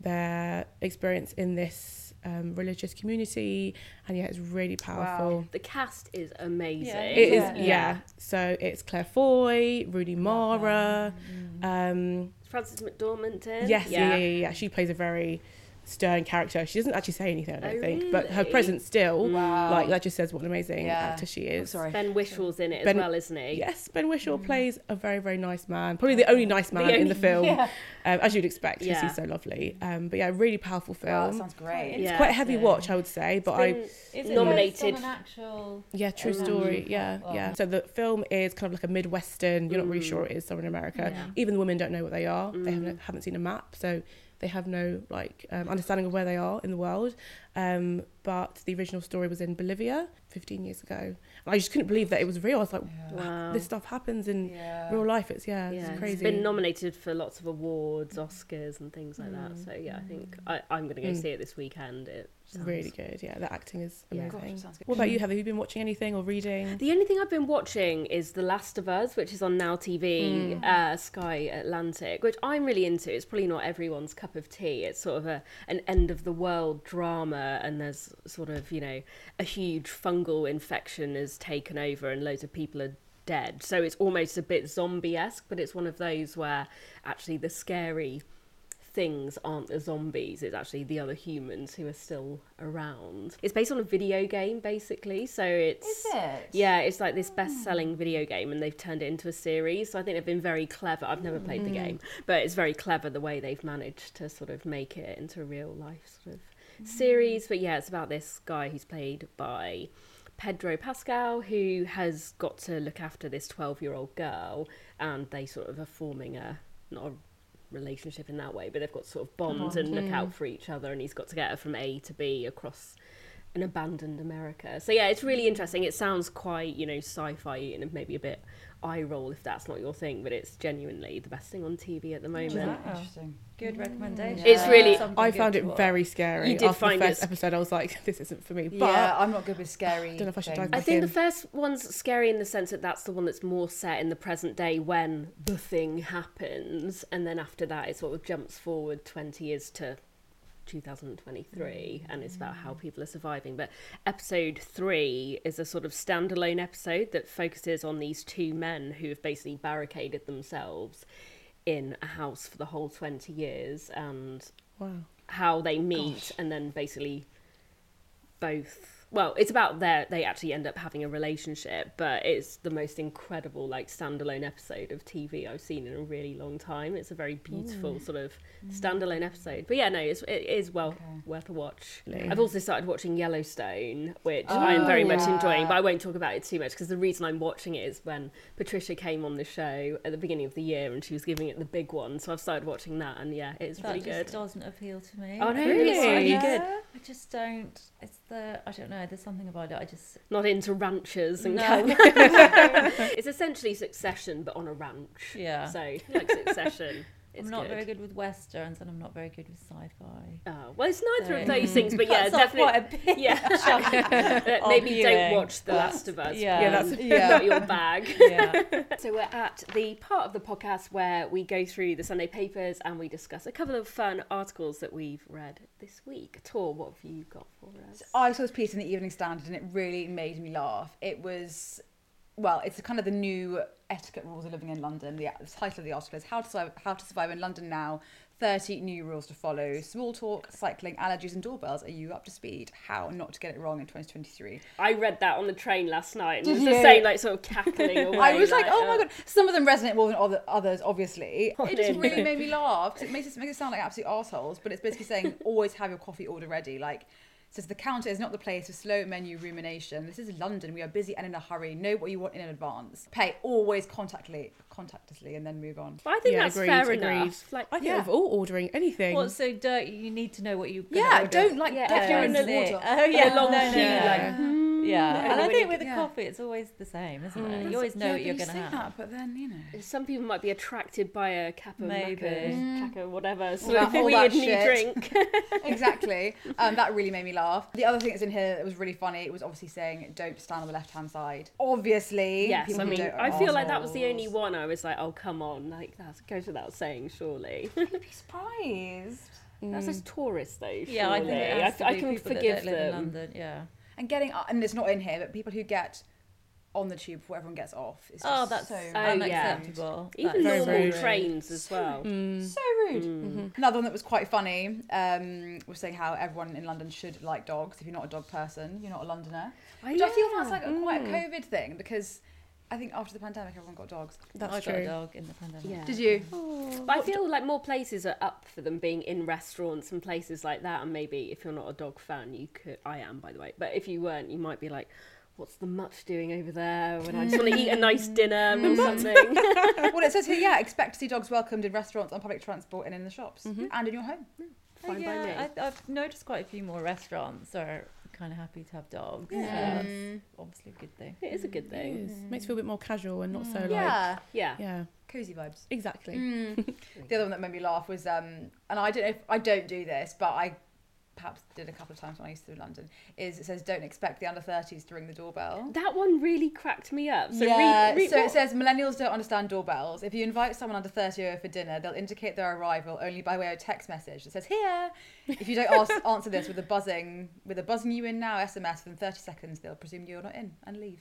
[SPEAKER 5] their experience in this um, religious community, and yeah, it's really powerful.
[SPEAKER 2] The cast is amazing.
[SPEAKER 5] It is,
[SPEAKER 6] Yeah.
[SPEAKER 5] yeah. So it's Claire Foy, Rooney Mara. Um,
[SPEAKER 2] Frances McDormand in.
[SPEAKER 5] yes, yeah. Yeah, yeah, yeah. She plays a very stern character. She doesn't actually say anything, I don't
[SPEAKER 2] Oh,
[SPEAKER 5] think, but her
[SPEAKER 2] really?
[SPEAKER 5] presence still, like, that just says what an amazing
[SPEAKER 4] Yeah.
[SPEAKER 5] actor she is.
[SPEAKER 4] sorry.
[SPEAKER 2] Ben Whishaws in it
[SPEAKER 5] Ben-
[SPEAKER 2] as well, isn't he?
[SPEAKER 5] Yes, Ben Whishaw plays a very, very nice man. Probably the only nice man in
[SPEAKER 2] only-
[SPEAKER 5] the film, um, as you'd expect, because
[SPEAKER 2] Yeah.
[SPEAKER 5] he's so lovely. Um, but yeah, really powerful film.
[SPEAKER 4] Wow, Ah, that sounds great.
[SPEAKER 2] Yeah.
[SPEAKER 5] Quite a heavy watch, I would say, but I
[SPEAKER 2] Been nominated.
[SPEAKER 6] an actual
[SPEAKER 5] Yeah, true story. Yeah,
[SPEAKER 2] um,
[SPEAKER 5] yeah. So the film is kind of like a Midwestern, you're not
[SPEAKER 2] Mm.
[SPEAKER 5] really sure it is somewhere in America. Even the women don't know what they are. They haven't, haven't seen a map, so they have no like um, understanding of where they are in the world. Um, but the original story was in Bolivia 15 years ago. And I just couldn't believe that it was real. I was like, wow. this stuff happens in
[SPEAKER 4] Yeah.
[SPEAKER 5] real life. It's, yeah,
[SPEAKER 2] Yeah,
[SPEAKER 5] it's crazy.
[SPEAKER 2] It's been nominated for lots of awards, Oscars, and things like that.
[SPEAKER 4] Mm.
[SPEAKER 2] So yeah, I think I, I'm going to go see it this weekend. It sounds...
[SPEAKER 5] Mm. really good. Yeah, the acting is
[SPEAKER 2] Yeah.
[SPEAKER 5] amazing.
[SPEAKER 2] Gosh,
[SPEAKER 4] sounds good.
[SPEAKER 5] What about you? Have you been watching anything or reading?
[SPEAKER 2] The only thing I've been watching is The Last of Us, which is on Now TV,
[SPEAKER 4] Hmm.
[SPEAKER 2] uh, Sky Atlantic, which I'm really into. It's probably not everyone's cup of tea. It's sort of a an end of the world drama, and there's sort of you know a huge fungal infection has taken over, and loads of people are dead. So it's almost a bit zombie esque, but it's one of those where actually the scary things aren't the zombies, it's actually the other humans who are still around. It's based on a video game basically, so it's
[SPEAKER 4] Is it?
[SPEAKER 2] Yeah, it's like this best-selling video game and they've turned it into a series. So I think they've been very clever. I've never played the game, but it's very clever the way they've managed to sort of make it into a real life sort of series. But yeah, it's about this guy who's played by Pedro Pascal, who has got to look after this 12 year old girl, and they sort of are forming a not a relationship in that way, but they've got to sort of bond and look out for each other, and he's got to get her from A to B across an abandoned America. So yeah, it's really interesting. It sounds quite you know sci-fi and maybe a bit eye roll if that's not your thing, but it's genuinely the best thing on TV at the moment.
[SPEAKER 4] Interesting.
[SPEAKER 6] good recommendation.
[SPEAKER 2] It's really-
[SPEAKER 6] Something
[SPEAKER 5] I
[SPEAKER 6] good
[SPEAKER 5] found
[SPEAKER 6] to
[SPEAKER 5] it
[SPEAKER 6] watch.
[SPEAKER 5] very scary.
[SPEAKER 2] You did
[SPEAKER 5] After
[SPEAKER 2] find
[SPEAKER 5] the first
[SPEAKER 2] it sc-
[SPEAKER 5] episode, I was like, [laughs] this isn't for me. But
[SPEAKER 4] yeah, I'm not good with scary.
[SPEAKER 5] Don't know if I should
[SPEAKER 4] things.
[SPEAKER 5] dive
[SPEAKER 2] I
[SPEAKER 5] back
[SPEAKER 2] think the
[SPEAKER 5] in.
[SPEAKER 2] first one's scary in the sense that that's the one that's more set in the present day when the thing happens, and then after that it sort of jumps forward 20 years to 2023 and it's about how people are surviving. But episode three is a sort of standalone episode that focuses on these two men who have basically barricaded themselves in a house for the whole 20 years and
[SPEAKER 5] Wow.
[SPEAKER 2] how they meet and then basically both well it's about their they actually end up having a relationship but it's the most incredible like standalone episode of tv i've seen in a really long time it's a very beautiful
[SPEAKER 6] Mm.
[SPEAKER 2] sort of standalone episode but yeah no it's, it is well worth a watch i've also started watching yellowstone which
[SPEAKER 6] Oh,
[SPEAKER 2] i'm very much enjoying but i won't talk about it too much because the reason i'm watching it is when patricia came on the show at the beginning of the year and she was giving it the big one so i've started watching that and yeah it's
[SPEAKER 6] That
[SPEAKER 2] really
[SPEAKER 6] just
[SPEAKER 2] good
[SPEAKER 6] doesn't appeal to me.
[SPEAKER 2] Oh no, really? it's really good.
[SPEAKER 6] I just don't. It's the I don't know. There's something about it. I just
[SPEAKER 2] Not into ranchers and
[SPEAKER 6] No. [laughs]
[SPEAKER 2] cow- [laughs] it's essentially Succession, but on a ranch.
[SPEAKER 6] Yeah.
[SPEAKER 2] So like Succession, it's
[SPEAKER 6] I'm not
[SPEAKER 2] good.
[SPEAKER 6] very good with westerns, and I'm not very good with sci-fi.
[SPEAKER 2] Oh, well, it's neither of
[SPEAKER 6] So-
[SPEAKER 2] those things,
[SPEAKER 1] [laughs]
[SPEAKER 6] [laughs]
[SPEAKER 2] but yeah,
[SPEAKER 6] Cuts off
[SPEAKER 2] definitely.
[SPEAKER 6] quite a bit. [laughs]
[SPEAKER 2] [laughs] yeah, Uh, maybe don't
[SPEAKER 6] viewing.
[SPEAKER 2] watch The Last of Us.
[SPEAKER 6] Yeah.
[SPEAKER 5] Yeah, that's-
[SPEAKER 2] um, [laughs]
[SPEAKER 4] Yeah.
[SPEAKER 6] [laughs]
[SPEAKER 2] not your bag. [laughs]
[SPEAKER 6] Yeah.
[SPEAKER 2] So we're at the part of the podcast where we go through the Sunday papers and we discuss a couple of fun articles that we've read this week. Tor, what have you got for us?
[SPEAKER 6] uh,
[SPEAKER 4] I saw this piece in the Evening Standard and it really made me laugh. It was, well, it's kind of the new etiquette rules of living in London. The, the title of the article is How to, Survive, How to Survive in London Now 30 new rules to follow. Small talk, cycling, allergies, and doorbells. Are you up to speed? How not to get it wrong in 2023.
[SPEAKER 2] I read that on the train last night. And
[SPEAKER 4] Did
[SPEAKER 2] it was
[SPEAKER 4] you?
[SPEAKER 2] the same, like sort
[SPEAKER 6] [laughs]
[SPEAKER 2] of cackling away.
[SPEAKER 4] I was like, oh my
[SPEAKER 2] uh,
[SPEAKER 4] god. Some of them resonate more than other, others, obviously. [laughs] It just
[SPEAKER 2] dear.
[SPEAKER 4] really made me laugh 'cause it makes, it makes it sound like absolute arseholes, but it's [laughs] basically saying always have your coffee order ready. Like, it says the counter is not the place for slow menu rumination. This is London. We are busy and in a hurry. Know what you want in advance. Pay always contactly, contactlessly, and then move on.
[SPEAKER 2] But I think that's fair enough.
[SPEAKER 5] Like,
[SPEAKER 2] Like,
[SPEAKER 5] I think
[SPEAKER 4] yeah.
[SPEAKER 5] of all ordering anything.
[SPEAKER 1] What's so dirty? You need to know what you.
[SPEAKER 4] Yeah, don't like
[SPEAKER 2] Yeah,
[SPEAKER 4] get your
[SPEAKER 2] don't
[SPEAKER 4] own
[SPEAKER 2] order.
[SPEAKER 4] order.
[SPEAKER 1] Oh yeah,
[SPEAKER 2] long
[SPEAKER 1] no, no,
[SPEAKER 2] queue,
[SPEAKER 1] no.
[SPEAKER 2] like,
[SPEAKER 4] Hmm.
[SPEAKER 1] yeah. And I
[SPEAKER 2] when
[SPEAKER 1] think
[SPEAKER 2] you-
[SPEAKER 1] with the
[SPEAKER 4] yeah.
[SPEAKER 1] coffee, it's always the same, isn't it?
[SPEAKER 2] Hmm.
[SPEAKER 1] You always know
[SPEAKER 4] Yeah,
[SPEAKER 1] what
[SPEAKER 4] but
[SPEAKER 1] you're
[SPEAKER 4] you
[SPEAKER 1] going to
[SPEAKER 4] say
[SPEAKER 1] have.
[SPEAKER 4] that, but then you know.
[SPEAKER 2] Some people might be attracted by a capo
[SPEAKER 1] Maybe.
[SPEAKER 2] macca, caco whatever, sort
[SPEAKER 4] that-
[SPEAKER 2] of
[SPEAKER 4] all
[SPEAKER 2] weird
[SPEAKER 4] that
[SPEAKER 2] new
[SPEAKER 4] shit.
[SPEAKER 2] drink. [laughs]
[SPEAKER 4] exactly. Um, that really made me laugh. The other thing that's in here that was really funny was obviously saying don't stand on the left hand side. Obviously,
[SPEAKER 2] yes,
[SPEAKER 4] people
[SPEAKER 2] I
[SPEAKER 4] who
[SPEAKER 2] mean,
[SPEAKER 4] don't are
[SPEAKER 2] I feel like that was the
[SPEAKER 4] arseholes.
[SPEAKER 2] only one I was like, oh come on, like that goes without saying, surely. [laughs]
[SPEAKER 4] You'd be surprised.
[SPEAKER 2] That's just tourists though. Surely.
[SPEAKER 1] Yeah, I think it has to
[SPEAKER 2] I, I
[SPEAKER 1] be
[SPEAKER 2] can
[SPEAKER 1] people that
[SPEAKER 2] forgive
[SPEAKER 1] don't live in
[SPEAKER 2] them. Oh,
[SPEAKER 1] London. Yeah.
[SPEAKER 4] And getting and it's not in here, but people who get on the tube before everyone gets off. It's
[SPEAKER 1] Oh, that's
[SPEAKER 4] just so
[SPEAKER 1] unacceptable.
[SPEAKER 2] Even
[SPEAKER 1] That's-
[SPEAKER 2] normal
[SPEAKER 5] rude.
[SPEAKER 2] trains as well.
[SPEAKER 4] Mm. So
[SPEAKER 2] Mm.
[SPEAKER 4] rude.
[SPEAKER 2] Mm-hmm.
[SPEAKER 4] Another one that was quite funny um, was saying how everyone in London should like dogs. If you're not a dog person, you're not a Londoner.
[SPEAKER 2] Oh,
[SPEAKER 4] Which I feel that's like a, quite a
[SPEAKER 2] Mm.
[SPEAKER 4] COVID thing because I think after the pandemic, everyone got dogs.
[SPEAKER 5] That's
[SPEAKER 1] I got
[SPEAKER 5] true.
[SPEAKER 1] a dog in the pandemic.
[SPEAKER 2] Yeah.
[SPEAKER 4] Did you?
[SPEAKER 2] But I feel like more places are up for them being in restaurants and places like that. And maybe if you're not a dog fan, you could. I am, by the way. But if you weren't, you might be like, "What's the mutt doing over there?" When I just want to eat a
[SPEAKER 4] [laughs]
[SPEAKER 2] nice dinner or something. [laughs]
[SPEAKER 4] well, it says here, yeah, expect to see dogs welcomed in restaurants, on public transport, and in the shops, and in your home.
[SPEAKER 1] Oh,
[SPEAKER 2] Fine by me.
[SPEAKER 1] yeah, I, I've noticed quite a few more restaurants are kind of happy to have dogs. So that's obviously a good thing.
[SPEAKER 2] It is a good
[SPEAKER 5] It
[SPEAKER 2] thing.
[SPEAKER 5] is. Makes you feel a bit more casual and not so like.
[SPEAKER 2] Yeah.
[SPEAKER 5] Yeah. Mm.
[SPEAKER 4] cozy vibes.
[SPEAKER 5] Exactly.
[SPEAKER 4] The other one that made me laugh was, um, and I don't know if I don't do this, but I perhaps did a couple of times when I used to live in London. Is it says don't expect the under thirties to ring the doorbell.
[SPEAKER 2] That one really cracked me up. So,
[SPEAKER 4] yeah,
[SPEAKER 2] read, read
[SPEAKER 4] so it
[SPEAKER 2] what-
[SPEAKER 4] says millennials don't understand doorbells. If you invite someone under 30 over for dinner, they'll indicate their arrival only by way of text message that says here. If you don't ask, answer this with a buzzing, with a buzzing you in now SMS within 30 seconds, they'll presume you're not in and leave.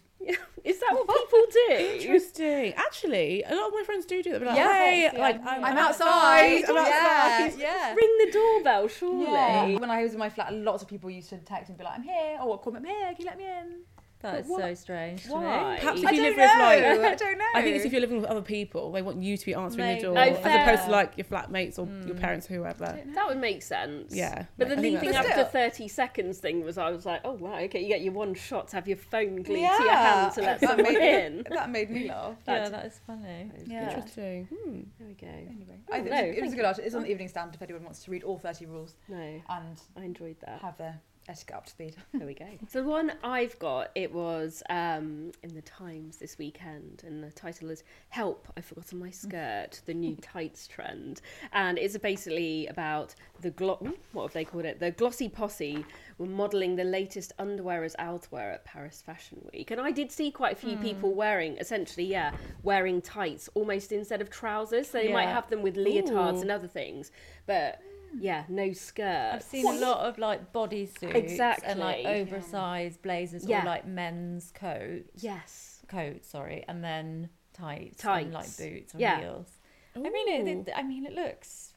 [SPEAKER 2] is
[SPEAKER 4] [laughs]
[SPEAKER 2] that what people do?
[SPEAKER 5] Interesting. Actually, a lot of my friends do do that. They're Like,
[SPEAKER 4] Yeah.
[SPEAKER 5] hey,
[SPEAKER 2] Yeah.
[SPEAKER 5] like
[SPEAKER 2] I'm
[SPEAKER 4] I'm outside.
[SPEAKER 5] I'm outside.
[SPEAKER 4] Yeah, yeah.
[SPEAKER 2] Ring the doorbell, surely.
[SPEAKER 4] Yeah. When I was in my flat, lots of people used to text me and be like, I'm here, or call me, I'm here, can you let me in?
[SPEAKER 1] That's
[SPEAKER 2] what-
[SPEAKER 1] so strange. to me.
[SPEAKER 2] Why?
[SPEAKER 5] Perhaps
[SPEAKER 4] I
[SPEAKER 5] if you
[SPEAKER 4] don't
[SPEAKER 5] live
[SPEAKER 4] know. [laughs]
[SPEAKER 5] with
[SPEAKER 4] I
[SPEAKER 5] like.
[SPEAKER 4] don't know.
[SPEAKER 5] I think it's if you're living with other people, they want you to be answering
[SPEAKER 1] Maybe.
[SPEAKER 5] the door
[SPEAKER 1] No,
[SPEAKER 5] as
[SPEAKER 2] fair.
[SPEAKER 5] opposed to like your flatmates or your parents or whoever.
[SPEAKER 2] That would make sense.
[SPEAKER 5] Yeah,
[SPEAKER 2] But
[SPEAKER 5] like,
[SPEAKER 2] the
[SPEAKER 5] I think
[SPEAKER 2] leaving
[SPEAKER 5] that's-
[SPEAKER 2] after
[SPEAKER 4] Still.
[SPEAKER 2] 30 seconds thing was, I was like, oh, wow, okay, you get your one shot to have your phone glued
[SPEAKER 4] yeah.
[SPEAKER 2] to your hand to let
[SPEAKER 4] [laughs] that
[SPEAKER 2] someone
[SPEAKER 4] made,
[SPEAKER 2] in.
[SPEAKER 4] That made me laugh.
[SPEAKER 1] Yeah, that is funny.
[SPEAKER 4] Yeah.
[SPEAKER 5] Interesting. Hmm.
[SPEAKER 2] There we go.
[SPEAKER 4] Anyway, I think
[SPEAKER 2] no,
[SPEAKER 4] it was- it was
[SPEAKER 2] thank
[SPEAKER 4] a good article. It's on the Evening Standard if anyone wants to read all 30 rules
[SPEAKER 2] No,
[SPEAKER 4] and
[SPEAKER 2] I enjoyed that.
[SPEAKER 4] have their etiquette up to speed.
[SPEAKER 2] There we go. So the one I've got, it was um, in the Times this weekend, and the title is "Help! I've forgotten
[SPEAKER 1] Mm.
[SPEAKER 2] my skirt: The
[SPEAKER 1] [laughs]
[SPEAKER 2] New Tights Trend," and it's basically about the glo- hmm? what have they called it? The glossy posse were modelling the latest underwear as outwear at Paris Fashion Week, and I did see quite a few
[SPEAKER 1] Hmm.
[SPEAKER 2] people wearing, essentially, yeah, wearing tights almost instead of trousers. So they might
[SPEAKER 1] Yeah.
[SPEAKER 2] have them with leotards and other things, but yeah, no skirt.
[SPEAKER 1] I've seen a lot of like bodysuits and
[SPEAKER 2] Exactly.
[SPEAKER 1] like oversized blazers
[SPEAKER 2] Yeah.
[SPEAKER 1] or like men's coats.
[SPEAKER 2] Yes.
[SPEAKER 1] Coat, sorry, and then tights, and like
[SPEAKER 2] Tights.
[SPEAKER 1] boots or
[SPEAKER 2] Yeah.
[SPEAKER 1] heels. I mean, it, it, I mean, it looks.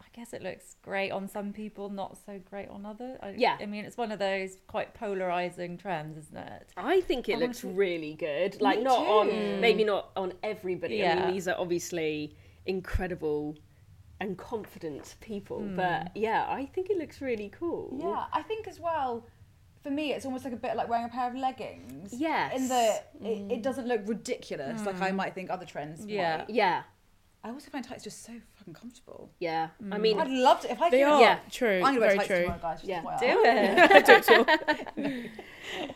[SPEAKER 1] I guess it looks great on some people, not so great on others. I,
[SPEAKER 2] Yeah.
[SPEAKER 1] I mean, it's one of those quite polarizing trends, isn't it?
[SPEAKER 2] I think it looks really good. Like not
[SPEAKER 4] Mm.
[SPEAKER 2] on maybe not on everybody. I
[SPEAKER 1] Yeah.
[SPEAKER 2] mean, these are obviously incredible and confident people,
[SPEAKER 1] Hmm.
[SPEAKER 2] but yeah, I think it looks really cool.
[SPEAKER 4] Yeah, I think as well. For me, it's almost like a bit like wearing a pair of leggings.
[SPEAKER 2] Yes.
[SPEAKER 4] In the it, it doesn't look ridiculous like I might think other trends.
[SPEAKER 1] Yeah.
[SPEAKER 4] Might.
[SPEAKER 2] Yeah.
[SPEAKER 4] I also find tights just so fucking comfortable.
[SPEAKER 2] Yeah. I mean,
[SPEAKER 4] Mm. I'd love to if I
[SPEAKER 5] They
[SPEAKER 4] could-
[SPEAKER 5] are
[SPEAKER 2] Yeah.
[SPEAKER 5] true.
[SPEAKER 4] I'm gonna wear
[SPEAKER 5] very
[SPEAKER 4] tights
[SPEAKER 5] true. [laughs]
[SPEAKER 4] tomorrow, guys. Just
[SPEAKER 2] Yeah.
[SPEAKER 4] what I
[SPEAKER 1] Do it.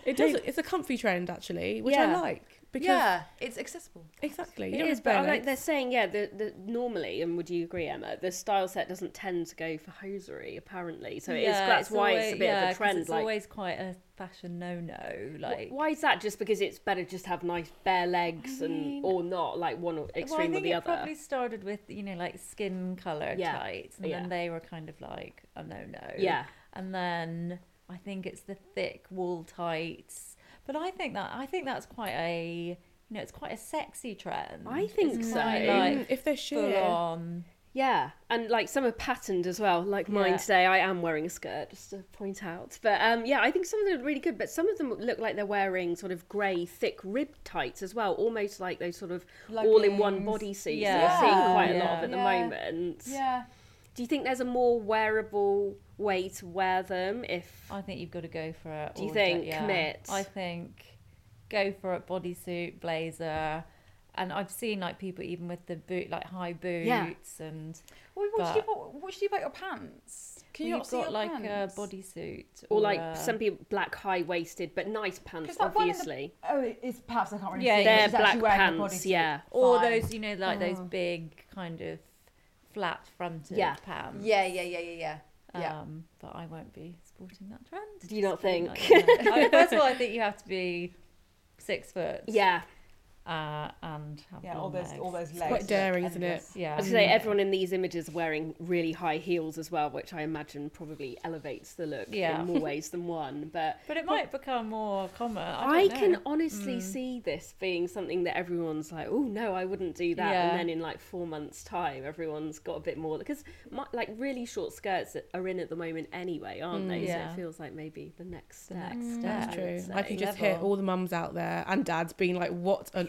[SPEAKER 5] It does. It's a comfy trend actually, which I
[SPEAKER 2] Yeah.
[SPEAKER 5] like because
[SPEAKER 4] Yeah, it's accessible.
[SPEAKER 5] exactly you
[SPEAKER 2] it
[SPEAKER 5] don't
[SPEAKER 2] is,
[SPEAKER 5] have
[SPEAKER 2] but
[SPEAKER 5] bare
[SPEAKER 2] I like
[SPEAKER 5] legs.
[SPEAKER 2] they're saying, yeah, the, the normally, and would you agree, Emma? The style set doesn't tend to go for hosiery, apparently. So it is,
[SPEAKER 1] Yeah,
[SPEAKER 2] that's why it's a
[SPEAKER 1] alway-
[SPEAKER 2] bit
[SPEAKER 1] yeah,
[SPEAKER 2] of a
[SPEAKER 1] 'cause
[SPEAKER 2] trend.
[SPEAKER 1] It's
[SPEAKER 2] like
[SPEAKER 1] always quite a fashion no-no. Like,
[SPEAKER 2] why is that? Just because it's better just to have nice bare legs and or not like one or
[SPEAKER 1] well, I
[SPEAKER 2] extreme or
[SPEAKER 1] think
[SPEAKER 2] the
[SPEAKER 1] it
[SPEAKER 2] other.
[SPEAKER 1] probably started with you know like skin color
[SPEAKER 2] Yeah,
[SPEAKER 1] tights, and
[SPEAKER 2] yeah.
[SPEAKER 1] then they were kind of like a no-no.
[SPEAKER 2] Yeah.
[SPEAKER 1] and then I think it's the thick wool tights. But I think that I think that's quite a you know it's quite a sexy trend.
[SPEAKER 2] I think
[SPEAKER 1] It's
[SPEAKER 2] so.
[SPEAKER 1] quite,
[SPEAKER 5] Mm,
[SPEAKER 1] like
[SPEAKER 5] if they're sheer.
[SPEAKER 1] full on.
[SPEAKER 2] Yeah, and like some are patterned as well. Like mine
[SPEAKER 6] Yeah.
[SPEAKER 2] today, I am wearing a skirt, just to point out. But um, yeah, I think some of them are really good, but some of them look like they're wearing sort of grey, thick rib tights as well, almost like those sort of all in one
[SPEAKER 4] Leggings.
[SPEAKER 2] bodysuits yeah.
[SPEAKER 6] Yeah.
[SPEAKER 2] that we're seeing quite a lot of
[SPEAKER 6] Yeah.
[SPEAKER 2] at the
[SPEAKER 4] Yeah.
[SPEAKER 2] moment.
[SPEAKER 4] Yeah.
[SPEAKER 2] Do you think there's a more wearable way to wear them if
[SPEAKER 6] I think you've got to go for it.
[SPEAKER 2] Do you
[SPEAKER 6] all day-
[SPEAKER 2] think? Commit.
[SPEAKER 6] I think go for it. Bodysuit, blazer, and I've seen like people even with the boot, like high boots,
[SPEAKER 2] Yeah.
[SPEAKER 6] and
[SPEAKER 4] Well, what, should you,
[SPEAKER 6] But-
[SPEAKER 4] what, what should you do about your pants? Can
[SPEAKER 6] well,
[SPEAKER 4] you
[SPEAKER 6] you've
[SPEAKER 4] not see
[SPEAKER 6] got
[SPEAKER 4] your
[SPEAKER 6] like
[SPEAKER 4] pants?
[SPEAKER 6] a bodysuit
[SPEAKER 2] or like
[SPEAKER 6] a-
[SPEAKER 2] some people black high waisted but nice pants
[SPEAKER 4] Because uh, that one in the-
[SPEAKER 2] obviously
[SPEAKER 4] Oh, it- it's perhaps I can't really
[SPEAKER 6] Yeah,
[SPEAKER 4] see.
[SPEAKER 6] yeah.
[SPEAKER 4] but
[SPEAKER 2] they're
[SPEAKER 4] she's actually
[SPEAKER 2] black
[SPEAKER 4] wearing a
[SPEAKER 2] pants
[SPEAKER 4] bodysuit.
[SPEAKER 2] yeah
[SPEAKER 6] or
[SPEAKER 4] Fine.
[SPEAKER 6] those you know like those big kind of flat fronted
[SPEAKER 2] Ah. Yeah.
[SPEAKER 6] pants.
[SPEAKER 4] Yeah, yeah, yeah, yeah, yeah. Yeah.
[SPEAKER 6] Um, but I won't be sporting that trend.
[SPEAKER 2] Do you
[SPEAKER 6] Just
[SPEAKER 2] not
[SPEAKER 6] putting
[SPEAKER 2] think?
[SPEAKER 6] that
[SPEAKER 2] [laughs]
[SPEAKER 6] out there. I- First of all, I think you have to be six foot.
[SPEAKER 2] yeah
[SPEAKER 6] Uh, and have
[SPEAKER 4] yeah, all
[SPEAKER 6] long
[SPEAKER 4] those,
[SPEAKER 6] legs.
[SPEAKER 4] all those legs.
[SPEAKER 5] quite daring,
[SPEAKER 4] and
[SPEAKER 5] isn't it?
[SPEAKER 4] just-
[SPEAKER 6] Yeah.
[SPEAKER 2] I was gonna say everyone in these images are wearing really high heels as well, which I imagine probably elevates the look
[SPEAKER 6] Yeah.
[SPEAKER 2] in more ways than one. But
[SPEAKER 6] But it might become more common. [laughs] I,
[SPEAKER 2] I
[SPEAKER 6] don't
[SPEAKER 2] can
[SPEAKER 6] know. Hmm.
[SPEAKER 2] honestly see this being something that everyone's like, oh no, I wouldn't do that.
[SPEAKER 6] Yeah.
[SPEAKER 2] And then in like four months' time, everyone's got a bit more because my, like really short skirts are in at the moment anyway, aren't they? So
[SPEAKER 6] Hmm, Yeah.
[SPEAKER 2] it feels like maybe the next
[SPEAKER 6] The
[SPEAKER 2] step.
[SPEAKER 6] next step.
[SPEAKER 5] That's
[SPEAKER 2] I
[SPEAKER 5] true.
[SPEAKER 2] would
[SPEAKER 5] I
[SPEAKER 2] say.
[SPEAKER 5] can just hear
[SPEAKER 6] Level.
[SPEAKER 5] all the mums out there and dads being like, "What
[SPEAKER 2] [laughs]
[SPEAKER 5] on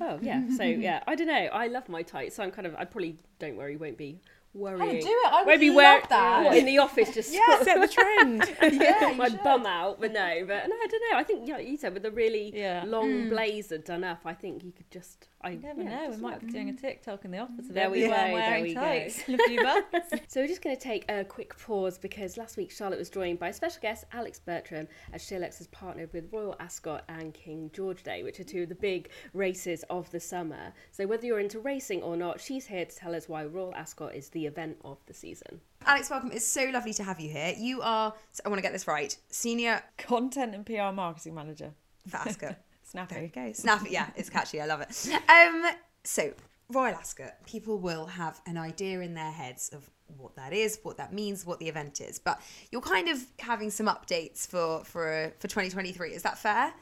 [SPEAKER 2] Oh yeah. So yeah, I don't know. I love my tights, so I'm kind of. I probably don't worry. Won't be worrying.
[SPEAKER 4] do it. I would
[SPEAKER 2] won't be
[SPEAKER 4] love
[SPEAKER 2] wear-
[SPEAKER 4] that.
[SPEAKER 2] What, in the office, just
[SPEAKER 5] Set
[SPEAKER 2] [laughs]
[SPEAKER 5] the trend.
[SPEAKER 4] Yeah, you
[SPEAKER 2] my
[SPEAKER 4] should.
[SPEAKER 2] bum out. But no, but no, I don't know. I think yeah, you said with a really
[SPEAKER 6] Yeah.
[SPEAKER 2] long
[SPEAKER 4] Mm.
[SPEAKER 2] blazer done up, I think you could just. I
[SPEAKER 6] You never
[SPEAKER 2] yeah,
[SPEAKER 6] know. We
[SPEAKER 2] just
[SPEAKER 6] might
[SPEAKER 2] work.
[SPEAKER 6] be doing a TikTok in the office.
[SPEAKER 2] There
[SPEAKER 6] There
[SPEAKER 2] we
[SPEAKER 6] we
[SPEAKER 2] go, there we
[SPEAKER 6] Wearing
[SPEAKER 2] go.
[SPEAKER 6] tights in a few
[SPEAKER 2] [laughs]
[SPEAKER 6] months.
[SPEAKER 2] So we're just going to take a quick pause because last week Charlotte was joined by special guest Alex Bertram as Sherlock's has partnered with Royal Ascot and King George Day, which are two of the big races of the summer. So whether you're into racing or not, she's here to tell us why Royal Ascot is the event of the season.
[SPEAKER 3] Alex, welcome. It's so lovely to have you here. You are, I want to get this right, senior
[SPEAKER 6] Content and PR marketing manager.
[SPEAKER 3] for Ascot.
[SPEAKER 6] Snappy.
[SPEAKER 3] There we go. Snappy. Yeah, it's catchy. I love it. Um, so, Royal Ascot, people will have an idea in their heads of what that is, what that means, what the event is. But you're kind of having some updates for for for 2023. Is that fair?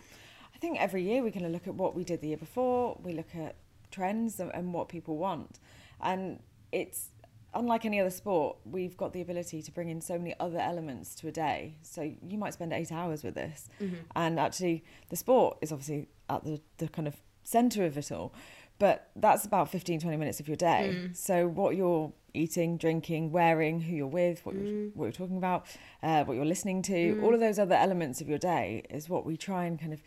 [SPEAKER 1] I think every year we're going to look at what we did the year before, we look at trends and, and what people want. And it's unlike any other sport, we've got the ability to bring in so many other elements to a day. So you might spend eight hours with this. And actually, the sport is obviously at the, the kind of center of it all. But that's about 15, 20 minutes of your day. So, what you're eating, drinking, wearing, who you're with, what, you're, what you're talking about, uh, what you're listening to, all of those other elements of your day is what we try and kind of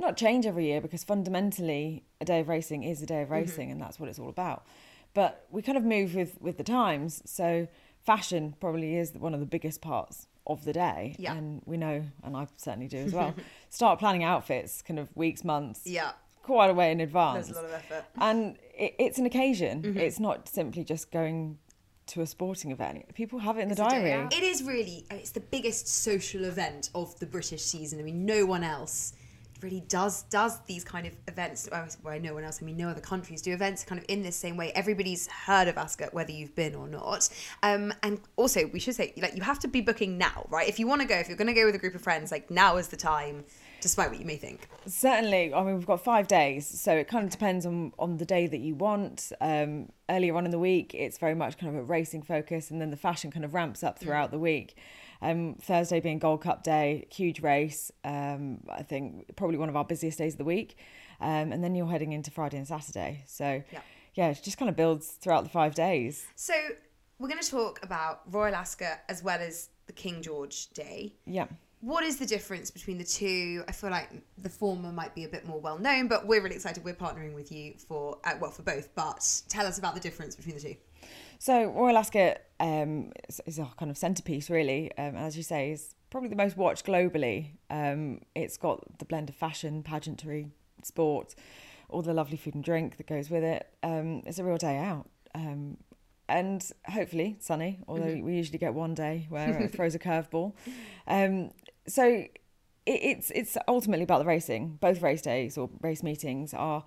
[SPEAKER 1] not change every year because fundamentally a day of racing is a day
[SPEAKER 3] Mm-hmm.
[SPEAKER 1] of racing and that's what it's all about but we kind of move with with the times so fashion probably is one of the biggest parts of the day
[SPEAKER 3] Yeah.
[SPEAKER 1] and we know and i certainly do as
[SPEAKER 3] [laughs]
[SPEAKER 1] well start planning outfits kind of weeks months
[SPEAKER 3] Yeah.
[SPEAKER 1] quite a way in advance
[SPEAKER 3] There's a lot of effort. Mm-hmm.
[SPEAKER 1] and it, it's an occasion it's not simply just going to a sporting event people have it in the diary
[SPEAKER 3] It is really, it's the biggest social event of the British season. I mean, no one else
[SPEAKER 4] really does does these kind of events. Well, I know one else. I mean, no other countries do events kind of in this same way. Everybody's heard of ASCA, whether you've been or not. Um, and also, we should say like you have to be booking now, right? If you want to go, if you're going to go with a group of friends, like now is the time, despite what you may think.
[SPEAKER 1] Certainly, I mean we've got five days, so it kind of depends on on the day that you want. Um, earlier on in the week, it's very much kind of a racing focus, and then the fashion kind of ramps up throughout the week. Um, Thursday being Gold Cup day, huge race. Um, I think probably one of our busiest days of the week, um, and then you're heading into Friday and Saturday. So
[SPEAKER 4] Yeah.
[SPEAKER 1] yeah, it just kind of builds throughout the five days.
[SPEAKER 4] So we're going to talk about Royal Ascot as well as the King George Day.
[SPEAKER 1] Yeah.
[SPEAKER 4] What is the difference between the two? I feel like the former might be a bit more well known, but we're really excited. We're partnering with you for uh, well for both. But tell us about the difference between the two.
[SPEAKER 1] So Royal Ascot um, is, is our kind of centerpiece, really. Um, as you say, is probably the most watched globally. Um, it's got the blend of fashion, pageantry, sport, all the lovely food and drink that goes with it. Um, it's a real day out. Um, and hopefully sunny, although
[SPEAKER 7] Mhm.
[SPEAKER 1] we usually get one day where it throws a curveball. Um, so it, it's it's ultimately about the racing. Both race days or race meetings are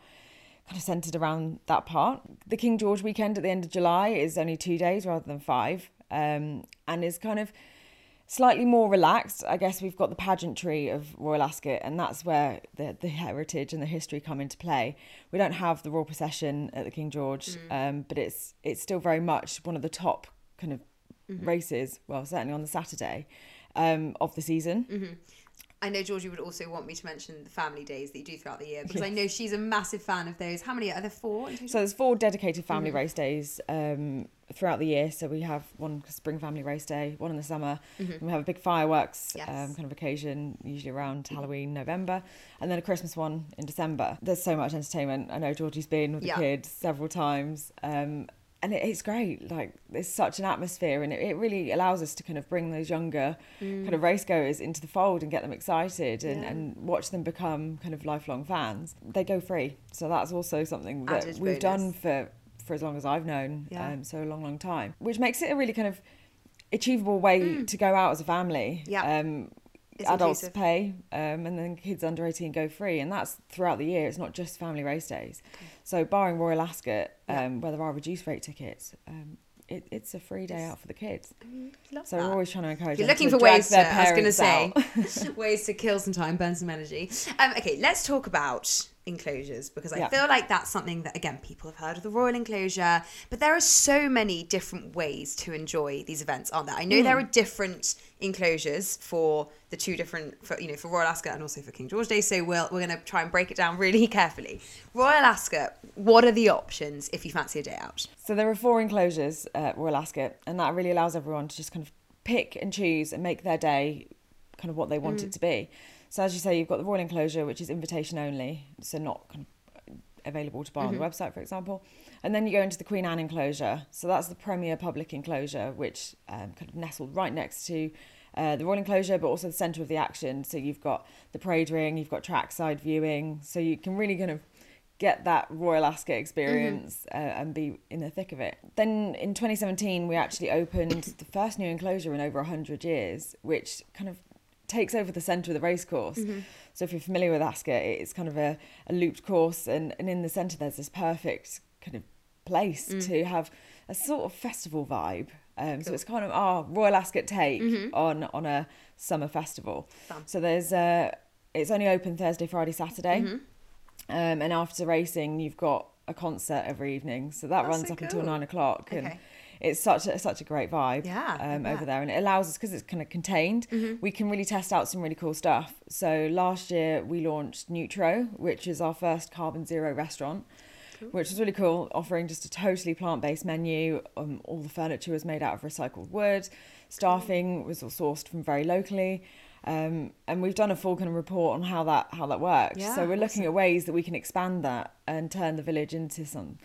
[SPEAKER 1] kind of centered around that part. The King George weekend at the end of July is only two days rather than five, um, and is kind of slightly more relaxed. I guess we've got the pageantry of Royal Ascot, and that's where the, the heritage and the history come into play. We don't have the royal procession at the King George, um, but it's it's still very much one of the top kind of
[SPEAKER 4] Mhm.
[SPEAKER 1] races. Well, certainly on the Saturday um, of the season.
[SPEAKER 4] Mm-hmm. I know Georgie would also want me to mention the family days that you do throughout the year because I know she's a massive fan of those. How many are there? Four. in total?
[SPEAKER 1] So there's four dedicated family
[SPEAKER 4] Mhm.
[SPEAKER 1] race days um, throughout the year. So we have one spring family race day, one in the summer.
[SPEAKER 4] Mhm.
[SPEAKER 1] And we have a big fireworks
[SPEAKER 4] Yes. Mm-hmm.
[SPEAKER 1] um, kind of occasion, usually around Halloween, November, and then a Christmas one in December. There's so much entertainment. I know Georgie's been with
[SPEAKER 4] Yeah.
[SPEAKER 1] the kids several times. Um, and it, it's great. Like there's such an atmosphere, and it, it really allows us to kind of bring those younger
[SPEAKER 4] Mm.
[SPEAKER 1] kind of racegoers into the fold and get them excited and,
[SPEAKER 4] Yeah.
[SPEAKER 1] and watch them become kind of lifelong fans. They go free, so that's also something that
[SPEAKER 4] Added
[SPEAKER 1] we've
[SPEAKER 4] bonus.
[SPEAKER 1] done for for as long as I've known,
[SPEAKER 4] Yeah.
[SPEAKER 1] um, so a long, long time, which makes it a really kind of achievable way to go out as a family.
[SPEAKER 4] Mm. Yeah.
[SPEAKER 1] Um,
[SPEAKER 4] It's
[SPEAKER 1] adults
[SPEAKER 4] inclusive.
[SPEAKER 1] pay, um, and then kids under eighteen go free, and that's throughout the year. It's not just family race days. So, barring Royal Ascot, um, where there are reduced rate tickets, um, it, it's a free day out for the kids.
[SPEAKER 4] love
[SPEAKER 1] so we're always trying to encourage.
[SPEAKER 4] If you're
[SPEAKER 1] them
[SPEAKER 4] looking
[SPEAKER 1] to
[SPEAKER 4] for
[SPEAKER 1] drag
[SPEAKER 4] ways to,
[SPEAKER 1] their
[SPEAKER 4] I was going to
[SPEAKER 1] parents
[SPEAKER 4] say,
[SPEAKER 1] out.
[SPEAKER 4] [laughs] ways to kill some time, burn some energy. Um, okay, let's talk about enclosures because I
[SPEAKER 1] Yeah.
[SPEAKER 4] feel like that's something that, again, people have heard of the royal enclosure, but there are so many different ways to enjoy these events, aren't there? I know there
[SPEAKER 1] Mm.
[SPEAKER 4] are different enclosures for the two different, for, you know, for Royal Ascot and also for King George Day, so we'll, we're going to try and break it down really [laughs] carefully. Royal Ascot, what are the options if you fancy a day out?
[SPEAKER 1] So there are four enclosures at Royal Ascot, and that really allows everyone to just kind of pick and choose and make their day kind of what they want
[SPEAKER 7] Mm.
[SPEAKER 1] it to be. So as you say, you've got the Royal Enclosure, which is invitation only, so not kind of available to buy on the
[SPEAKER 7] Mhm.
[SPEAKER 1] website, for example. And then you go into the Queen Anne Enclosure. So that's the premier public enclosure, which um, kind of nestled right next to uh, the Royal Enclosure, but also the centre of the action. So you've got the parade ring, you've got trackside viewing, so you can really kind of get that Royal Ascot experience uh, and be in the thick of it. Then in 2017, we actually opened the first new enclosure in over 100 years, which kind of takes over the centre of the race course.
[SPEAKER 7] Mhm.
[SPEAKER 1] So if you're familiar with Ascot, it's kind of a, a looped course, and, and in the centre, there's this perfect kind of place
[SPEAKER 7] Mm.
[SPEAKER 1] to have a sort of festival vibe. Um, So it's kind of our Royal Ascot take
[SPEAKER 7] Mhm.
[SPEAKER 1] on on a summer festival.
[SPEAKER 4] Mm-hmm. Fun.
[SPEAKER 1] So there's uh, it's only open Thursday, Friday, Saturday.
[SPEAKER 4] Mhm.
[SPEAKER 1] Um, and after racing, you've got a concert every evening, so that
[SPEAKER 4] That's
[SPEAKER 1] runs
[SPEAKER 4] Oh, so
[SPEAKER 1] up until
[SPEAKER 4] cool.
[SPEAKER 1] nine o'clock, and
[SPEAKER 4] Okay.
[SPEAKER 1] it's such a, such a great vibe.
[SPEAKER 4] Yeah, I
[SPEAKER 1] um, over
[SPEAKER 4] bet.
[SPEAKER 1] there, and it allows us because it's kind of contained.
[SPEAKER 4] Mhm.
[SPEAKER 1] We can really test out some really cool stuff. So last year we launched Neutro, which is our first carbon zero restaurant. Which is really cool, offering just a totally plant based menu. Um, all the furniture was made out of recycled wood. Staffing was all sourced from very locally. Um, and we've done a full kind of report on how that how that works.
[SPEAKER 7] Yeah,
[SPEAKER 1] so we're looking at ways that we can expand that and turn the village into some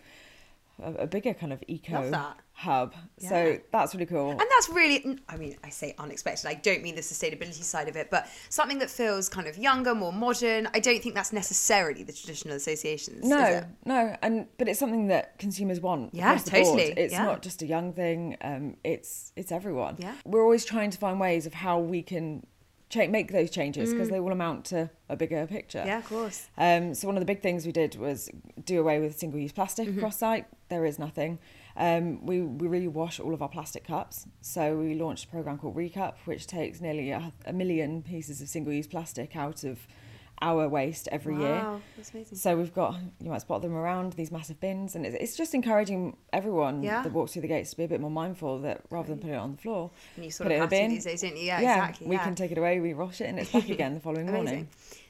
[SPEAKER 1] a, a bigger kind of eco
[SPEAKER 4] that.
[SPEAKER 1] hub.
[SPEAKER 4] Yeah.
[SPEAKER 1] So that's really cool.
[SPEAKER 4] And that's really, I mean, I say unexpected. I don't mean the sustainability side of it, but something that feels kind of younger, more modern. I don't think that's necessarily the traditional associations. is
[SPEAKER 1] No,
[SPEAKER 4] it?
[SPEAKER 1] no, and but it's something that consumers want.
[SPEAKER 4] Yeah,
[SPEAKER 1] across the board.
[SPEAKER 4] totally,
[SPEAKER 1] It's
[SPEAKER 4] yeah.
[SPEAKER 1] not just a young thing. Um, it's it's everyone.
[SPEAKER 4] Yeah.
[SPEAKER 1] we're always trying to find ways of how we can cha- make those changes because
[SPEAKER 4] Mm.
[SPEAKER 1] they will amount to a bigger picture.
[SPEAKER 4] Yeah, of course.
[SPEAKER 1] Um, so one of the big things we did was do away with single-use plastic
[SPEAKER 4] Mhm.
[SPEAKER 1] across site. There is nothing. Um, we we really wash all of our plastic cups. So we launched a program called Recup, which takes nearly a, a million pieces of single-use plastic out of our waste every
[SPEAKER 4] Wow,
[SPEAKER 1] year.
[SPEAKER 4] that's amazing.
[SPEAKER 1] So we've got you might spot them around these massive bins, and it's, it's just encouraging everyone
[SPEAKER 4] Yeah.
[SPEAKER 1] that walks through Um, the gates to be a bit more mindful that rather than putting it on the floor,
[SPEAKER 4] And you sort
[SPEAKER 1] put
[SPEAKER 4] of
[SPEAKER 1] it in a
[SPEAKER 4] have to
[SPEAKER 1] bin.
[SPEAKER 4] these days, don't you? Yeah, exactly,
[SPEAKER 1] We
[SPEAKER 4] yeah.
[SPEAKER 1] can take it away, we wash it, and it's back again the following
[SPEAKER 4] Amazing.
[SPEAKER 1] morning.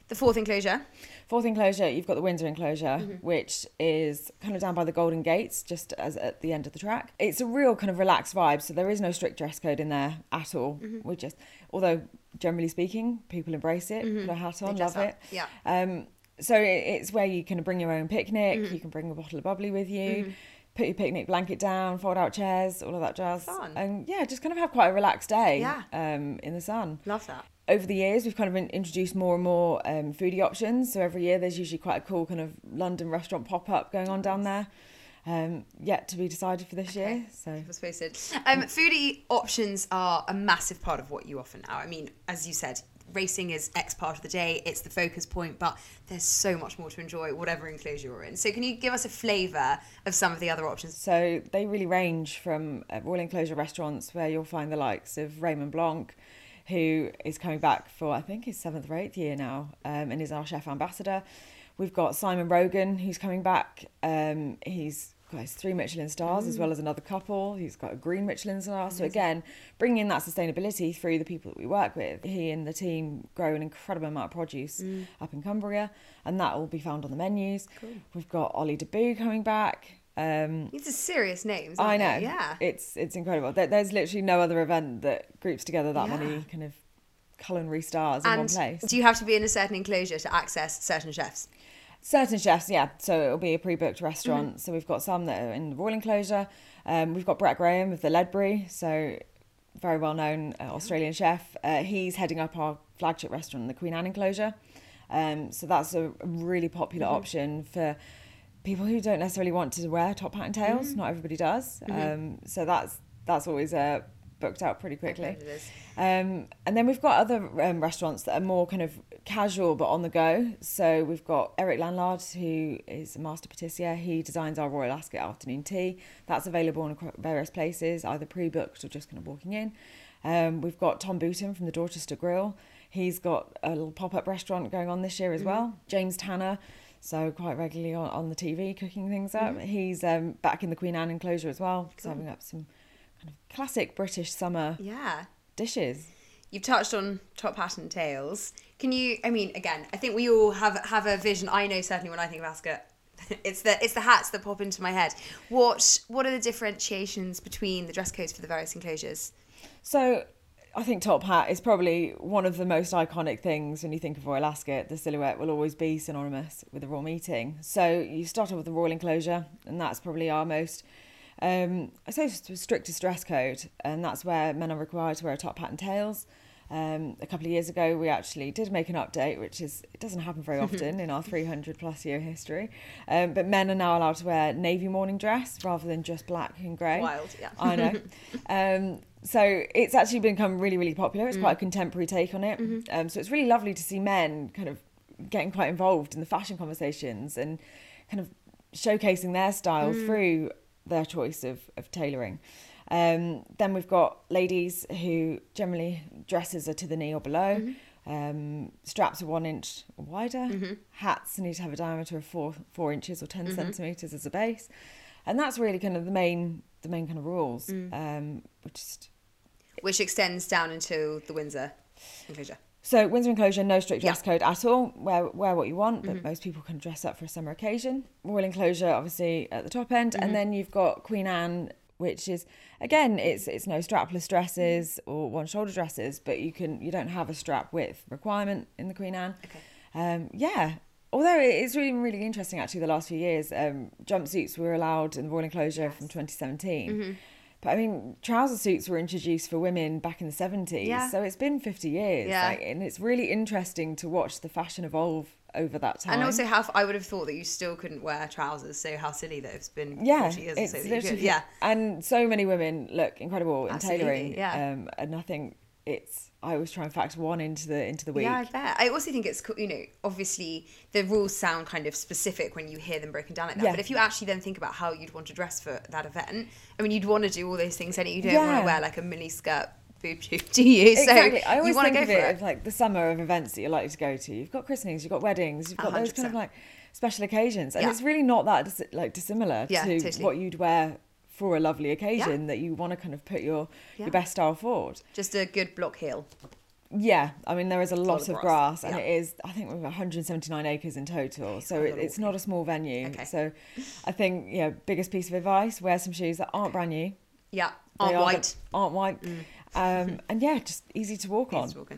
[SPEAKER 4] The fourth enclosure.
[SPEAKER 1] Fourth enclosure, you've got the Windsor enclosure,
[SPEAKER 4] Mhm.
[SPEAKER 1] which is kind of down by the Golden Gates, just as at the end of the track. It's a real kind of relaxed vibe, so there is no strict dress code in there at all.
[SPEAKER 4] Mhm.
[SPEAKER 1] We just, although generally speaking, people embrace it,
[SPEAKER 4] Mhm.
[SPEAKER 1] put a hat
[SPEAKER 4] They
[SPEAKER 1] on,
[SPEAKER 4] dress
[SPEAKER 1] love
[SPEAKER 4] up.
[SPEAKER 1] it.
[SPEAKER 4] Yeah.
[SPEAKER 1] Um, so it, it's where you can bring your own picnic,
[SPEAKER 4] Mhm.
[SPEAKER 1] you can bring a bottle of bubbly with you.
[SPEAKER 4] Mhm.
[SPEAKER 1] Put your picnic blanket down, fold out chairs, all of that jazz.
[SPEAKER 4] Fun.
[SPEAKER 1] And yeah, just kind of have quite a relaxed day
[SPEAKER 4] Yeah.
[SPEAKER 1] um, in the sun
[SPEAKER 4] Love that.
[SPEAKER 1] over the years, we've kind of in- introduced more and more um, foodie options. So every year, there's usually quite a cool kind of London restaurant pop up going on down there. Um, yet to be decided for this year. So
[SPEAKER 4] was posted. Um, foodie options are a massive part of what you offer now. I mean, as you said, racing is X part of the day, it's the focus point, but there's so much more to enjoy, whatever enclosure you're in. So, can you give us a flavour of some of the other options?
[SPEAKER 1] So they really range from uh, Royal Enclosure restaurants where you'll find the likes of Raymond Blanc, who is coming back for I think his seventh or eighth year now, um, and is our chef ambassador. We've got Simon Rogan who's coming back. Um, he's got his three Michelin stars as
[SPEAKER 4] Mm.
[SPEAKER 1] well as another couple. He's got a green Michelin star. So
[SPEAKER 4] Amazing.
[SPEAKER 1] again, bringing in that sustainability through the people that we work with. He and the team grow an incredible amount of produce
[SPEAKER 4] Mm.
[SPEAKER 1] up in Cumbria, and that will be found on the menus.
[SPEAKER 4] Cool.
[SPEAKER 1] We've got Ollie Deboo coming back. Um,
[SPEAKER 4] These are serious names.
[SPEAKER 1] I
[SPEAKER 4] aren't
[SPEAKER 1] know.
[SPEAKER 4] They? Yeah.
[SPEAKER 1] It's it's incredible. There, there's literally no other event that groups together that
[SPEAKER 4] Yeah.
[SPEAKER 1] many kind of culinary stars in one place.
[SPEAKER 4] do you have to be in a certain enclosure to access certain chefs?
[SPEAKER 1] Certain chefs, yeah. So it'll be a pre-booked restaurant. So we've got some that are in the Royal Enclosure. Um, we've got Brett Graham of the Ledbury, so very well known uh, Australian chef. Uh, he's heading up our flagship restaurant, the Queen Anne Enclosure. Um, so that's a really popular
[SPEAKER 4] Mhm.
[SPEAKER 1] option for people who don't necessarily want to wear top hat and tails.
[SPEAKER 4] Mhm.
[SPEAKER 1] Not everybody does.
[SPEAKER 4] Mhm.
[SPEAKER 1] Um, so that's that's always uh, booked out pretty quickly.
[SPEAKER 4] heard of this.
[SPEAKER 1] Um, and then we've got other um, restaurants that are more kind of casual but on the go. So we've got Eric Landlard, who is a master patissier. He designs our Royal Ascot afternoon tea. That's available in acro- various places, either pre booked or just kind of walking in. Um, we've got Tom Booton from the Dorchester Grill. He's got a little pop up restaurant going on this year
[SPEAKER 4] Mm-hmm.
[SPEAKER 1] as well. James Tanner, so quite regularly on, on the TV cooking things up.
[SPEAKER 4] Mhm.
[SPEAKER 1] He's um, back in the Queen Anne enclosure as well,
[SPEAKER 4] Cool.
[SPEAKER 1] serving up some kind of classic British summer
[SPEAKER 4] Yeah.
[SPEAKER 1] dishes.
[SPEAKER 4] You've touched on top hat and tails. Can you? I mean, again, I think we all have have a vision. I know certainly when I think of Ascot, [laughs] it's the it's the hats that pop into my head. What what are the differentiations between the dress codes for the various enclosures?
[SPEAKER 1] So I think top hat is probably one of the most iconic things when you think of Royal Ascot. The silhouette will always be synonymous with the Royal Meeting. So you start off with the Royal Enclosure, and that's probably our most, um, I say, st- strictest dress code, and that's where men are required to wear a top hat and tails. Um, a couple of years ago, we actually did make an update, which is it doesn't happen very often in our 300 plus year history. Um, but men are now allowed to wear navy morning dress rather than just black and grey.
[SPEAKER 4] Wild, yeah.
[SPEAKER 1] I know. Um, so it's actually become really, really popular.
[SPEAKER 4] Mm.
[SPEAKER 1] It's quite a contemporary take on it.
[SPEAKER 4] Mhm.
[SPEAKER 1] Um, so it's really lovely to see men kind of getting quite involved in the fashion conversations and kind of showcasing their style
[SPEAKER 4] Mm.
[SPEAKER 1] through their choice of, of tailoring. Um, then we've got ladies who generally dresses are to the knee or below.
[SPEAKER 4] Mm-hmm.
[SPEAKER 1] Um, straps are one inch wider.
[SPEAKER 4] Mhm.
[SPEAKER 1] Hats need to have a diameter of four four inches or 10
[SPEAKER 4] Mhm.
[SPEAKER 1] centimeters as a base, and that's really kind of the main the main kind of rules.
[SPEAKER 4] Mm.
[SPEAKER 1] Um, which is
[SPEAKER 4] Which extends down into the Windsor enclosure.
[SPEAKER 1] so Windsor Enclosure, no strict
[SPEAKER 4] Yeah.
[SPEAKER 1] dress code at all. Wear wear what you want, but
[SPEAKER 4] Mhm.
[SPEAKER 1] most people can dress up for a summer occasion. Royal Enclosure, obviously at the top end,
[SPEAKER 4] Mhm.
[SPEAKER 1] and then you've got Queen Anne, which is again, it's it's no strapless dresses or one shoulder dresses, but you can you don't have a strap width requirement in the Queen Anne.
[SPEAKER 4] Okay.
[SPEAKER 1] Um, yeah. Although it- it's really, really interesting actually the last few years, um, jumpsuits were allowed in the Royal Enclosure from 2017.
[SPEAKER 4] Mhm.
[SPEAKER 1] But I mean, trouser suits were introduced for women back in the 70s.
[SPEAKER 4] Yeah.
[SPEAKER 1] So it's been 50 years.
[SPEAKER 4] Yeah.
[SPEAKER 1] like, and it's really interesting to watch the fashion evolve over that time.
[SPEAKER 4] And also, how f- I would have thought that you still couldn't wear trousers. So how silly that it's been
[SPEAKER 1] yeah,
[SPEAKER 4] forty years or
[SPEAKER 1] it's
[SPEAKER 4] so that you
[SPEAKER 1] literally,
[SPEAKER 4] could. Yeah.
[SPEAKER 1] And so many women look incredible in
[SPEAKER 4] Absolutely,
[SPEAKER 1] tailoring.
[SPEAKER 4] yeah.
[SPEAKER 1] Um, and nothing it's I always try and factor one into the into the week.
[SPEAKER 4] Yeah, I bet. I also think it's cool. You know, obviously the rules sound kind of specific when you hear them broken down like that.
[SPEAKER 1] Yeah.
[SPEAKER 4] But if you actually then think about how you'd want to dress for that event, I mean, you'd want to do all those things. Any, you don't want
[SPEAKER 1] Yeah.
[SPEAKER 4] to wear like a mini skirt boob tube, [laughs] do you?
[SPEAKER 1] exactly.
[SPEAKER 4] So
[SPEAKER 1] I always
[SPEAKER 4] you want
[SPEAKER 1] think
[SPEAKER 4] to go
[SPEAKER 1] of
[SPEAKER 4] for
[SPEAKER 1] it, as like the summer of events that you're likely to go to. You've got christenings, you've got weddings, you've got those kind of
[SPEAKER 4] 100%.
[SPEAKER 1] like special occasions, and
[SPEAKER 4] Yeah.
[SPEAKER 1] it's really not that dis- like dissimilar
[SPEAKER 4] Yeah,
[SPEAKER 1] to
[SPEAKER 4] totally.
[SPEAKER 1] what you'd wear for a lovely occasion that you want to kind of put your
[SPEAKER 4] Yeah.
[SPEAKER 1] your best style forward.
[SPEAKER 4] Just a good block heel.
[SPEAKER 1] Yeah, I mean there is a lot,
[SPEAKER 4] of
[SPEAKER 1] of
[SPEAKER 4] grass.
[SPEAKER 1] grass, and
[SPEAKER 4] Yeah.
[SPEAKER 1] it is. I think we've 179 acres in total, so
[SPEAKER 4] quite a
[SPEAKER 1] it,
[SPEAKER 4] lot of
[SPEAKER 1] it's not a small venue. So, I think yeah, biggest piece of advice: wear some shoes that aren't brand new.
[SPEAKER 4] Yeah,
[SPEAKER 1] They
[SPEAKER 4] aren't
[SPEAKER 1] are-
[SPEAKER 4] white.
[SPEAKER 1] Aren't white. Um, and yeah, just easy to walk on.
[SPEAKER 4] to walk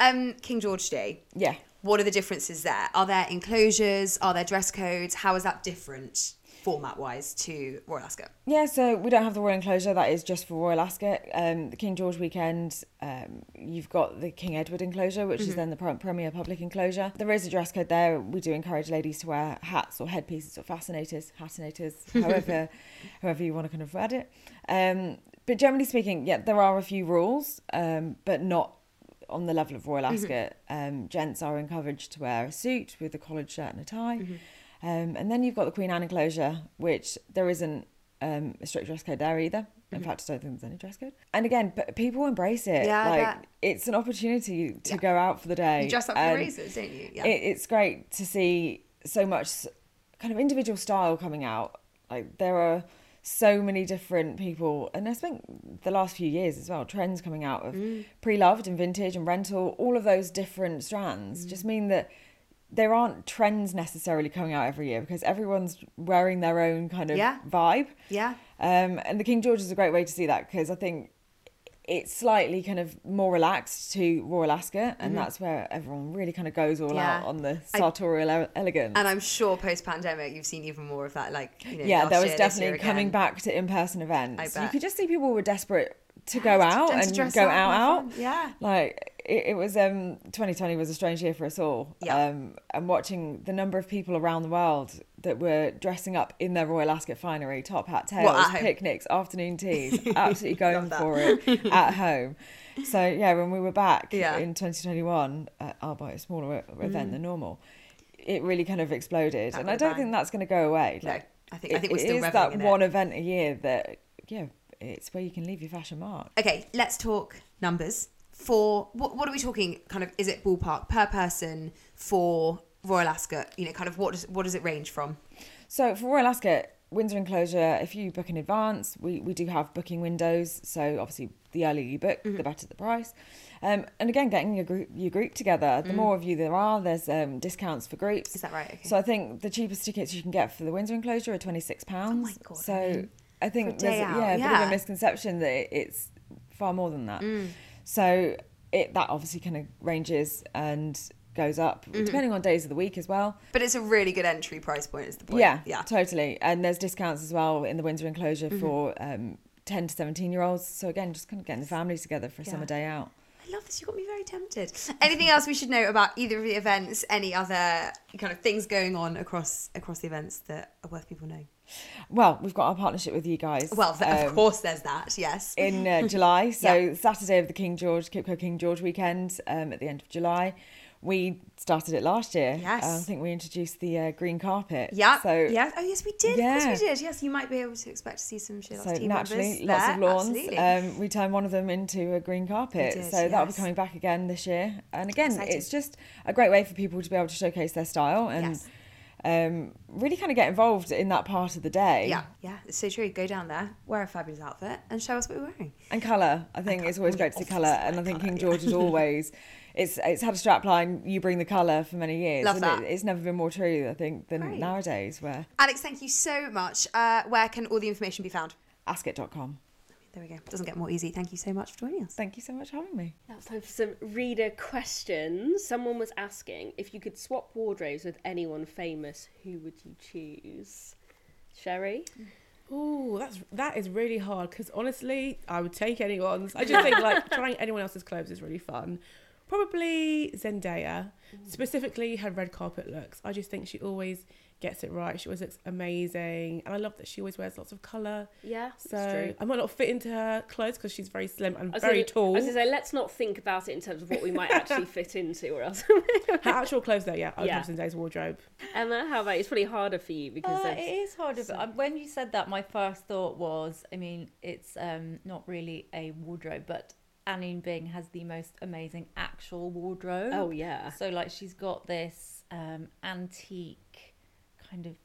[SPEAKER 4] Um, King George Day.
[SPEAKER 1] Yeah.
[SPEAKER 4] What are the differences there? Are there enclosures? Are there dress codes? How is that different format wise to Royal Ascot?
[SPEAKER 1] Yeah, so we don't have the royal enclosure. That is just for Royal Ascot. Um, the King George weekend, um, you've got the King Edward enclosure, which is
[SPEAKER 4] Mhm.
[SPEAKER 1] then the pre- premier public enclosure. There is a dress code there. We do encourage ladies to wear hats or headpieces or fascinators, hatinators, however, however you want to kind of word it. Um, but generally speaking, yeah, there are a few rules, um, but not on the level of Royal
[SPEAKER 7] Mhm.
[SPEAKER 1] Ascot. Um, gents are encouraged to wear a suit with a collared shirt and a tie. Um, and then you've got the Queen Anne enclosure, which there isn't um, a strict dress code there either. In
[SPEAKER 7] Mhm.
[SPEAKER 1] fact, I don't think there's any dress code. And again, but people embrace it.
[SPEAKER 4] Yeah, I
[SPEAKER 1] like
[SPEAKER 4] bet.
[SPEAKER 1] it's an opportunity to go out for the day.
[SPEAKER 4] You dress up for the
[SPEAKER 1] and
[SPEAKER 4] races, don't you? Yeah.
[SPEAKER 1] It, it's great to see so much s- kind of individual style coming out. Like there are so many different people, and I think the last few years as well, trends coming out of
[SPEAKER 7] Mm.
[SPEAKER 1] pre-loved and vintage and rental. All of those different strands just mean that there aren't trends necessarily coming out every year because everyone's wearing their own kind of
[SPEAKER 4] Yeah.
[SPEAKER 1] vibe.
[SPEAKER 4] Yeah.
[SPEAKER 1] Um, and the King George is a great way to see that because I think it's slightly kind of more relaxed to Royal Ascot, and
[SPEAKER 4] Mhm.
[SPEAKER 1] that's where everyone really kind of goes all
[SPEAKER 4] Yeah.
[SPEAKER 1] out on the
[SPEAKER 4] I-
[SPEAKER 1] sartorial ele- elegance.
[SPEAKER 4] And I'm sure post pandemic you've seen even more of that. Like, you know,
[SPEAKER 1] yeah,
[SPEAKER 4] last
[SPEAKER 1] there was
[SPEAKER 4] year, this year
[SPEAKER 1] definitely coming
[SPEAKER 4] again.
[SPEAKER 1] back to in person events.
[SPEAKER 4] I
[SPEAKER 1] You
[SPEAKER 4] bet.
[SPEAKER 1] could just see people were desperate to go out
[SPEAKER 4] to
[SPEAKER 1] and
[SPEAKER 4] dress
[SPEAKER 1] go
[SPEAKER 4] up,
[SPEAKER 1] out
[SPEAKER 4] have
[SPEAKER 1] out.
[SPEAKER 4] fun. Yeah.
[SPEAKER 1] Like it, it was um 2020 was a strange year for us all.
[SPEAKER 4] Yeah.
[SPEAKER 1] Um and watching the number of people around the world that were dressing up in their Royal Ascot finery, top hat,
[SPEAKER 4] What,
[SPEAKER 1] tails,
[SPEAKER 4] at home?
[SPEAKER 1] picnics, afternoon teas,
[SPEAKER 4] [laughs]
[SPEAKER 1] absolutely going for it at home. So yeah, when we were back
[SPEAKER 4] Yeah.
[SPEAKER 1] in 2021, uh, albeit a smaller event
[SPEAKER 4] Mm.
[SPEAKER 1] than normal, it really kind of exploded,
[SPEAKER 4] Back
[SPEAKER 1] and
[SPEAKER 4] with
[SPEAKER 1] I
[SPEAKER 4] a
[SPEAKER 1] don't
[SPEAKER 4] bang.
[SPEAKER 1] think that's going to go away.
[SPEAKER 4] No,
[SPEAKER 1] Like,
[SPEAKER 4] I think- I
[SPEAKER 1] it-
[SPEAKER 4] think we're
[SPEAKER 1] it
[SPEAKER 4] still
[SPEAKER 1] is
[SPEAKER 4] reveling
[SPEAKER 1] that
[SPEAKER 4] in it.
[SPEAKER 1] one event a year that yeah, it's where you can leave your fashion mark.
[SPEAKER 4] Okay, let's talk numbers. For what, what are we talking? Kind of, is it ballpark per person for Royal Ascot? You know, kind of what does what does it range from?
[SPEAKER 1] So for Royal Ascot, Windsor Enclosure, if you book in advance, we, we do have booking windows. So obviously, the earlier you book,
[SPEAKER 4] Mm-hmm.
[SPEAKER 1] the better the price. Um, and again, getting your group your group together. The
[SPEAKER 4] Mm.
[SPEAKER 1] more of you there are, there's um, discounts for groups.
[SPEAKER 4] Is that right? Okay.
[SPEAKER 1] So I think the cheapest tickets you can get for the Windsor Enclosure are twenty six pounds. Oh my god! So I think
[SPEAKER 4] day
[SPEAKER 1] there's
[SPEAKER 4] out,
[SPEAKER 1] yeah, a bit of
[SPEAKER 4] yeah.
[SPEAKER 1] a misconception that it- it's far more than that.
[SPEAKER 4] Mm.
[SPEAKER 1] So it that obviously kind of ranges and goes up
[SPEAKER 4] Mhm.
[SPEAKER 1] depending on days of the week as well.
[SPEAKER 4] But it's a really good entry price point. Is the point?
[SPEAKER 1] Yeah, yeah, totally. And there's discounts as well in the Windsor enclosure
[SPEAKER 4] Mhm.
[SPEAKER 1] for um, ten to seventeen year olds. So again, just kind of getting the families together for a
[SPEAKER 4] Yeah.
[SPEAKER 1] summer day out.
[SPEAKER 4] I love this. You got me very tempted. Anything else we should know about either of the events? Any other kind of things going on across across the events that are worth people knowing?
[SPEAKER 1] Well, we've got our partnership with you guys.
[SPEAKER 4] Well, th- of
[SPEAKER 1] um,
[SPEAKER 4] course, there's that. Yes,
[SPEAKER 1] in
[SPEAKER 4] [laughs]
[SPEAKER 1] uh, July. So
[SPEAKER 4] Yeah.
[SPEAKER 1] Saturday of the King George Kipco King George weekend um, at the end of July. We started it last year.
[SPEAKER 4] Yes.
[SPEAKER 1] I think we introduced the uh, green carpet.
[SPEAKER 4] Yeah.
[SPEAKER 1] So
[SPEAKER 4] yeah. Oh yes, we did. Of
[SPEAKER 1] Yeah.
[SPEAKER 4] course we did. Yes, you might be able to expect to see some Sheila's
[SPEAKER 1] So
[SPEAKER 4] team
[SPEAKER 1] naturally,
[SPEAKER 4] members
[SPEAKER 1] lots
[SPEAKER 4] there.
[SPEAKER 1] of lawns.
[SPEAKER 4] Absolutely.
[SPEAKER 1] Um, we turned one of them into a green carpet,
[SPEAKER 4] did,
[SPEAKER 1] so that'll be
[SPEAKER 4] yes.
[SPEAKER 1] coming back again this year. And again,
[SPEAKER 4] Exciting.
[SPEAKER 1] it's just a great way for people to be able to showcase their style and um, really kind of get involved in that part of the day.
[SPEAKER 4] yeah, yeah. It's so true. Go down there, wear a fabulous outfit, and show us what you're wearing.
[SPEAKER 1] And colour, I think it's always great to see colour, and I think King George
[SPEAKER 4] [laughs]
[SPEAKER 1] is always. It's, it's had a strap line, you bring the colour for many years.
[SPEAKER 4] Love
[SPEAKER 1] and it-
[SPEAKER 4] that.
[SPEAKER 1] it's never been more true, I think, than
[SPEAKER 4] Great.
[SPEAKER 1] nowadays, where
[SPEAKER 4] Alex, thank you so much. Uh, where can all the information be found?
[SPEAKER 1] askit.com.
[SPEAKER 4] There we go. Doesn't get more easy. Thank you so much for joining us.
[SPEAKER 1] Thank you so much for having me.
[SPEAKER 2] Now it's time for some reader questions. Someone was asking if you could swap wardrobes with anyone famous, who would you choose? Sherry?
[SPEAKER 5] Ooh, that's that is
[SPEAKER 2] [laughs]
[SPEAKER 5] really hard because honestly, I would take anyone's. I just think like trying anyone else's clothes is really fun. Probably
[SPEAKER 2] Mm.
[SPEAKER 5] Zendaya, specifically her red carpet looks. I just think she always gets it right. She always looks amazing, and I love that she always wears lots of color.
[SPEAKER 2] Yeah, that's
[SPEAKER 5] so
[SPEAKER 2] true.
[SPEAKER 5] I might not fit into her clothes because she's very slim and
[SPEAKER 2] I was
[SPEAKER 5] very
[SPEAKER 2] gonna-
[SPEAKER 5] tall.
[SPEAKER 2] I was going to say, let's not think about it in terms of what we might
[SPEAKER 1] [laughs]
[SPEAKER 2] actually fit into or else. [laughs]
[SPEAKER 5] her actual clothes, though, yeah, I would
[SPEAKER 2] Yeah.
[SPEAKER 5] have Zendaya's wardrobe.
[SPEAKER 2] Emma, how about you? It's probably harder for you because
[SPEAKER 1] Uh,
[SPEAKER 2] there's-
[SPEAKER 1] it is harder, but um, when you said that, my first thought was, I mean, it's um, not really a wardrobe, but Annie Bing has the most amazing actual wardrobe.
[SPEAKER 2] Oh, yeah.
[SPEAKER 1] So like, she's got this um, antique kind of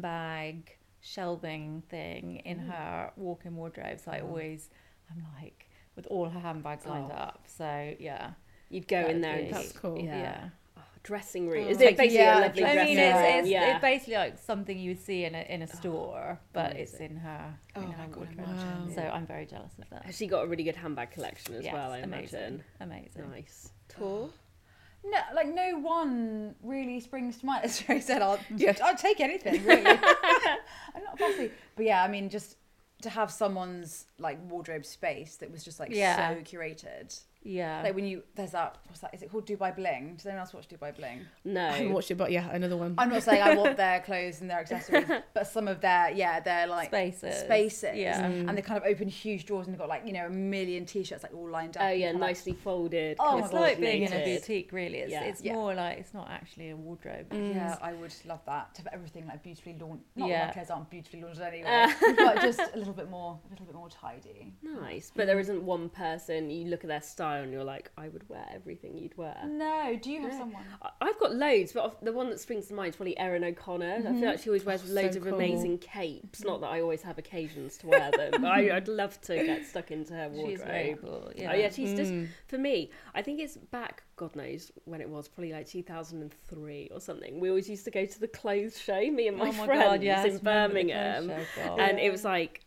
[SPEAKER 1] handbag shelving thing in
[SPEAKER 2] Mm.
[SPEAKER 1] her walk-in wardrobe. So I
[SPEAKER 2] Wow.
[SPEAKER 1] always, I'm like, with all her handbags lined
[SPEAKER 2] Oh.
[SPEAKER 1] up. So yeah,
[SPEAKER 2] you'd go
[SPEAKER 1] that
[SPEAKER 2] in
[SPEAKER 1] would
[SPEAKER 2] there.
[SPEAKER 1] be-
[SPEAKER 2] and
[SPEAKER 1] Yeah.
[SPEAKER 2] Oh, dressing room.
[SPEAKER 1] Oh.
[SPEAKER 2] Is it basically a
[SPEAKER 1] Yeah,
[SPEAKER 2] lovely
[SPEAKER 1] I
[SPEAKER 2] dressing
[SPEAKER 1] mean,
[SPEAKER 2] room?
[SPEAKER 1] it's, it's,
[SPEAKER 2] yeah.
[SPEAKER 1] it's basically like something you would see in a, in a store, but it's in her.
[SPEAKER 2] Oh
[SPEAKER 1] in
[SPEAKER 2] my
[SPEAKER 1] her
[SPEAKER 2] God,
[SPEAKER 1] wardrobe.
[SPEAKER 2] imagine.
[SPEAKER 1] So I'm very jealous of that.
[SPEAKER 2] Has she got a really good handbag collection as
[SPEAKER 1] Yes,
[SPEAKER 2] well? I
[SPEAKER 1] amazing,
[SPEAKER 2] imagine.
[SPEAKER 1] amazing.
[SPEAKER 2] Nice. Tour.
[SPEAKER 4] No, like no one really springs to mind. [laughs] As Jerry
[SPEAKER 1] [laughs]
[SPEAKER 4] said, I'll, I'll take anything. Really, I'm not fussy. But yeah, I mean, just to have someone's like wardrobe space that was just like
[SPEAKER 1] Yeah.
[SPEAKER 4] so curated.
[SPEAKER 1] Yeah.
[SPEAKER 4] like when you there's that what's that? Is it called Dubai Bling? Does anyone else watch Dubai Bling?
[SPEAKER 1] [laughs]
[SPEAKER 2] No.
[SPEAKER 5] I haven't watched it, but yeah, another one.
[SPEAKER 4] I'm not saying I want their clothes and
[SPEAKER 1] [laughs]
[SPEAKER 4] their accessories, but some of their yeah, their like
[SPEAKER 1] Spaces.
[SPEAKER 4] spaces,
[SPEAKER 1] Yeah. Mm.
[SPEAKER 4] and they kind of open huge drawers and they've got like you know a million t-shirts like all lined up.
[SPEAKER 2] Oh
[SPEAKER 4] and
[SPEAKER 2] yeah,
[SPEAKER 4] kind of, like,
[SPEAKER 2] nicely folded.
[SPEAKER 4] Oh my
[SPEAKER 1] it's like being in a
[SPEAKER 2] coordinated.
[SPEAKER 1] boutique, really. It's,
[SPEAKER 2] Yeah. Mm.
[SPEAKER 1] it's
[SPEAKER 4] Yeah.
[SPEAKER 1] more like it's not actually a wardrobe.
[SPEAKER 4] Yeah, I would love that to have everything like beautifully laundered. Not that
[SPEAKER 1] Yeah.
[SPEAKER 4] my clothes aren't beautifully [laughs] laundered anyway, but just a little bit more, a little bit more tidy.
[SPEAKER 2] Nice, but there isn't one person. You look at their style and you're like, I would wear everything you'd wear.
[SPEAKER 1] Mm.
[SPEAKER 4] No, do you have someone?
[SPEAKER 2] I- I've got loads, but of- the one that springs to mind is probably Erin O'Connor. I
[SPEAKER 1] Mm-hmm.
[SPEAKER 4] Mhm.
[SPEAKER 2] feel like she always wears
[SPEAKER 5] Oh, so
[SPEAKER 2] loads of
[SPEAKER 5] cool.
[SPEAKER 2] amazing capes.
[SPEAKER 1] Mm.
[SPEAKER 2] Not that I always have occasions to wear them, but
[SPEAKER 1] [laughs]
[SPEAKER 2] I, I'd love to get stuck into her
[SPEAKER 1] She
[SPEAKER 2] wardrobe.
[SPEAKER 1] is very cool, yeah.
[SPEAKER 2] Oh, yeah, she's just
[SPEAKER 1] Mm.
[SPEAKER 2] for me. I think it's back, God knows when it was, probably like 2003 or something. We always used to go to the clothes show, me and my,
[SPEAKER 1] Oh my God,
[SPEAKER 2] friends in
[SPEAKER 1] yes, remember the clothes
[SPEAKER 2] Birmingham,
[SPEAKER 1] show, God.
[SPEAKER 2] and
[SPEAKER 1] Yeah.
[SPEAKER 2] it was like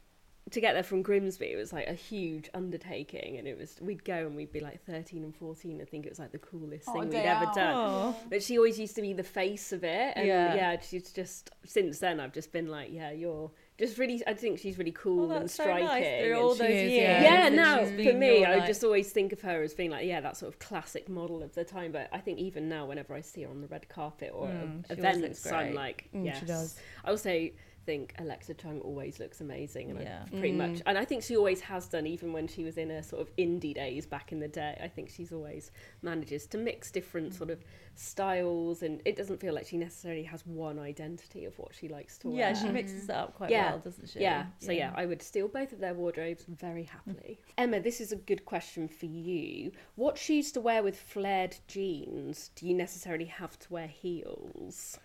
[SPEAKER 2] to get there from Grimsby, it was like a huge undertaking, and it was we'd go and we'd be like thirteen and fourteen. I think it was like the coolest
[SPEAKER 1] Oh,
[SPEAKER 2] thing we'd
[SPEAKER 1] day
[SPEAKER 2] ever
[SPEAKER 1] out.
[SPEAKER 2] done.
[SPEAKER 1] Aw.
[SPEAKER 2] But she always used to be the face of it, and yeah.
[SPEAKER 1] Yeah.
[SPEAKER 2] she's just since then I've just been like, yeah, you're just really. I think she's really cool and
[SPEAKER 1] Oh, that's so nice
[SPEAKER 2] striking.
[SPEAKER 1] through
[SPEAKER 2] and
[SPEAKER 1] all
[SPEAKER 2] she-
[SPEAKER 1] those She is,
[SPEAKER 2] yeah.
[SPEAKER 1] years that
[SPEAKER 2] now
[SPEAKER 1] she's
[SPEAKER 2] for
[SPEAKER 1] been
[SPEAKER 2] me,
[SPEAKER 1] your,
[SPEAKER 2] I
[SPEAKER 1] like-
[SPEAKER 2] just always think of her as being like, yeah, that sort of classic model of the time. But I think even now, whenever I see her on the red carpet or
[SPEAKER 1] Mm,
[SPEAKER 2] at
[SPEAKER 1] she always
[SPEAKER 2] events,
[SPEAKER 1] looks
[SPEAKER 2] I'm
[SPEAKER 1] great.
[SPEAKER 2] like,
[SPEAKER 5] Mm, she
[SPEAKER 2] yes,
[SPEAKER 5] does.
[SPEAKER 2] I also think Alexa Chung always looks amazing, and
[SPEAKER 1] Yeah.
[SPEAKER 2] I pretty much,
[SPEAKER 5] Mm.
[SPEAKER 2] and I think she always has done, even when she was in her sort of indie days back in the day. I think she's always manages to mix different sort of styles, and it doesn't feel like she necessarily has one identity of what she likes to wear.
[SPEAKER 1] Yeah, she mixes it up quite well, doesn't she?
[SPEAKER 2] Yeah. So yeah,
[SPEAKER 1] Yeah.
[SPEAKER 2] I would steal both of their wardrobes very happily. Emma, this is a good question for you. What shoes to wear with flared jeans? Do you necessarily have to wear heels?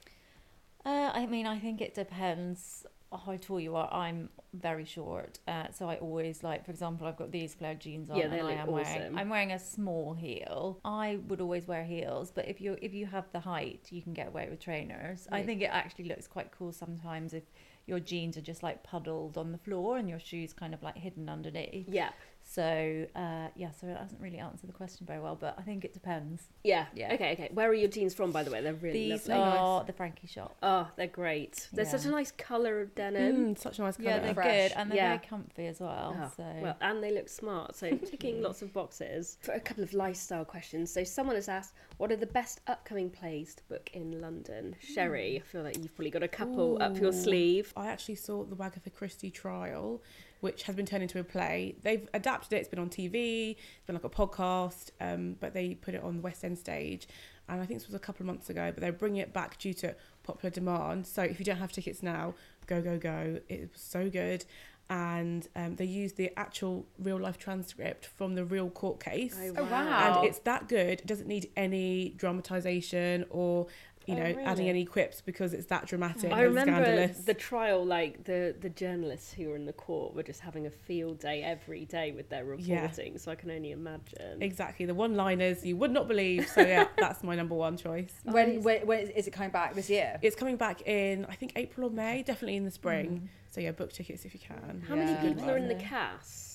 [SPEAKER 1] Uh, I mean, I think it depends how tall you are. I'm very short, uh, so I always like, for example, I've got these flared jeans on,
[SPEAKER 2] Yeah, they
[SPEAKER 1] and I
[SPEAKER 2] look
[SPEAKER 1] am
[SPEAKER 2] awesome.
[SPEAKER 1] wearing I'm wearing a small heel. I would always wear heels, but if you if you have the height, you can get away with trainers. I
[SPEAKER 2] Mm.
[SPEAKER 1] think it actually looks quite cool sometimes if your jeans are just like puddled on the floor and your shoes kind of like hidden underneath.
[SPEAKER 2] Yeah.
[SPEAKER 1] So uh, yeah, so it doesn't really answer the question very well, but I think it depends.
[SPEAKER 2] Yeah.
[SPEAKER 1] Yeah.
[SPEAKER 2] Okay. Okay. Where are your jeans from, by the way? They're really
[SPEAKER 1] These
[SPEAKER 2] lovely.
[SPEAKER 1] are the Frankie shop.
[SPEAKER 2] Oh, they're great. They're such a
[SPEAKER 1] Yeah.
[SPEAKER 2] nice colour of denim.
[SPEAKER 5] Mm, such a nice
[SPEAKER 1] Yeah,
[SPEAKER 5] colour.
[SPEAKER 1] they're
[SPEAKER 5] Fresh.
[SPEAKER 1] good and they're
[SPEAKER 2] Yeah.
[SPEAKER 1] very comfy as well.
[SPEAKER 2] Oh,
[SPEAKER 1] so
[SPEAKER 2] Well, and they look smart, [laughs] so ticking lots of boxes. For a couple of lifestyle questions, so someone has asked, "What are the best upcoming plays to book in London?" Sherry, I feel like you've probably got a couple up your
[SPEAKER 5] Ooh.
[SPEAKER 2] sleeve.
[SPEAKER 5] I actually saw the Wagatha Christie trial, which has been turned into a play. They've adapted it. It's been on TV. It's been like a podcast, um, but they put it on the West End stage, and I think this was a couple of months ago. But they're bringing it back due to popular demand. So if you don't have tickets now, go go go! It was so good, and um, they used the actual real life transcript from the real court case.
[SPEAKER 2] Oh,
[SPEAKER 4] wow. wow.
[SPEAKER 5] And it's that good. It doesn't need any dramatization or. You
[SPEAKER 2] Oh,
[SPEAKER 5] know, adding
[SPEAKER 2] really?
[SPEAKER 5] any quips because it's that dramatic
[SPEAKER 2] I
[SPEAKER 5] and
[SPEAKER 2] remember
[SPEAKER 5] scandalous.
[SPEAKER 2] the trial, like the the journalists who were in the court were just having a field day every day with their
[SPEAKER 5] Yeah.
[SPEAKER 2] reporting. So I can only imagine.
[SPEAKER 5] Exactly, the one-liners you would not believe.
[SPEAKER 4] [laughs]
[SPEAKER 5] So yeah, that's my number one choice.
[SPEAKER 4] When, when when is- is it coming back this year?
[SPEAKER 5] It's coming back in I think April or May, definitely in the spring.
[SPEAKER 4] Mm.
[SPEAKER 5] So yeah, book tickets if you can.
[SPEAKER 2] How many
[SPEAKER 4] Yeah.
[SPEAKER 2] people are in the
[SPEAKER 1] Lovely.
[SPEAKER 2] cast?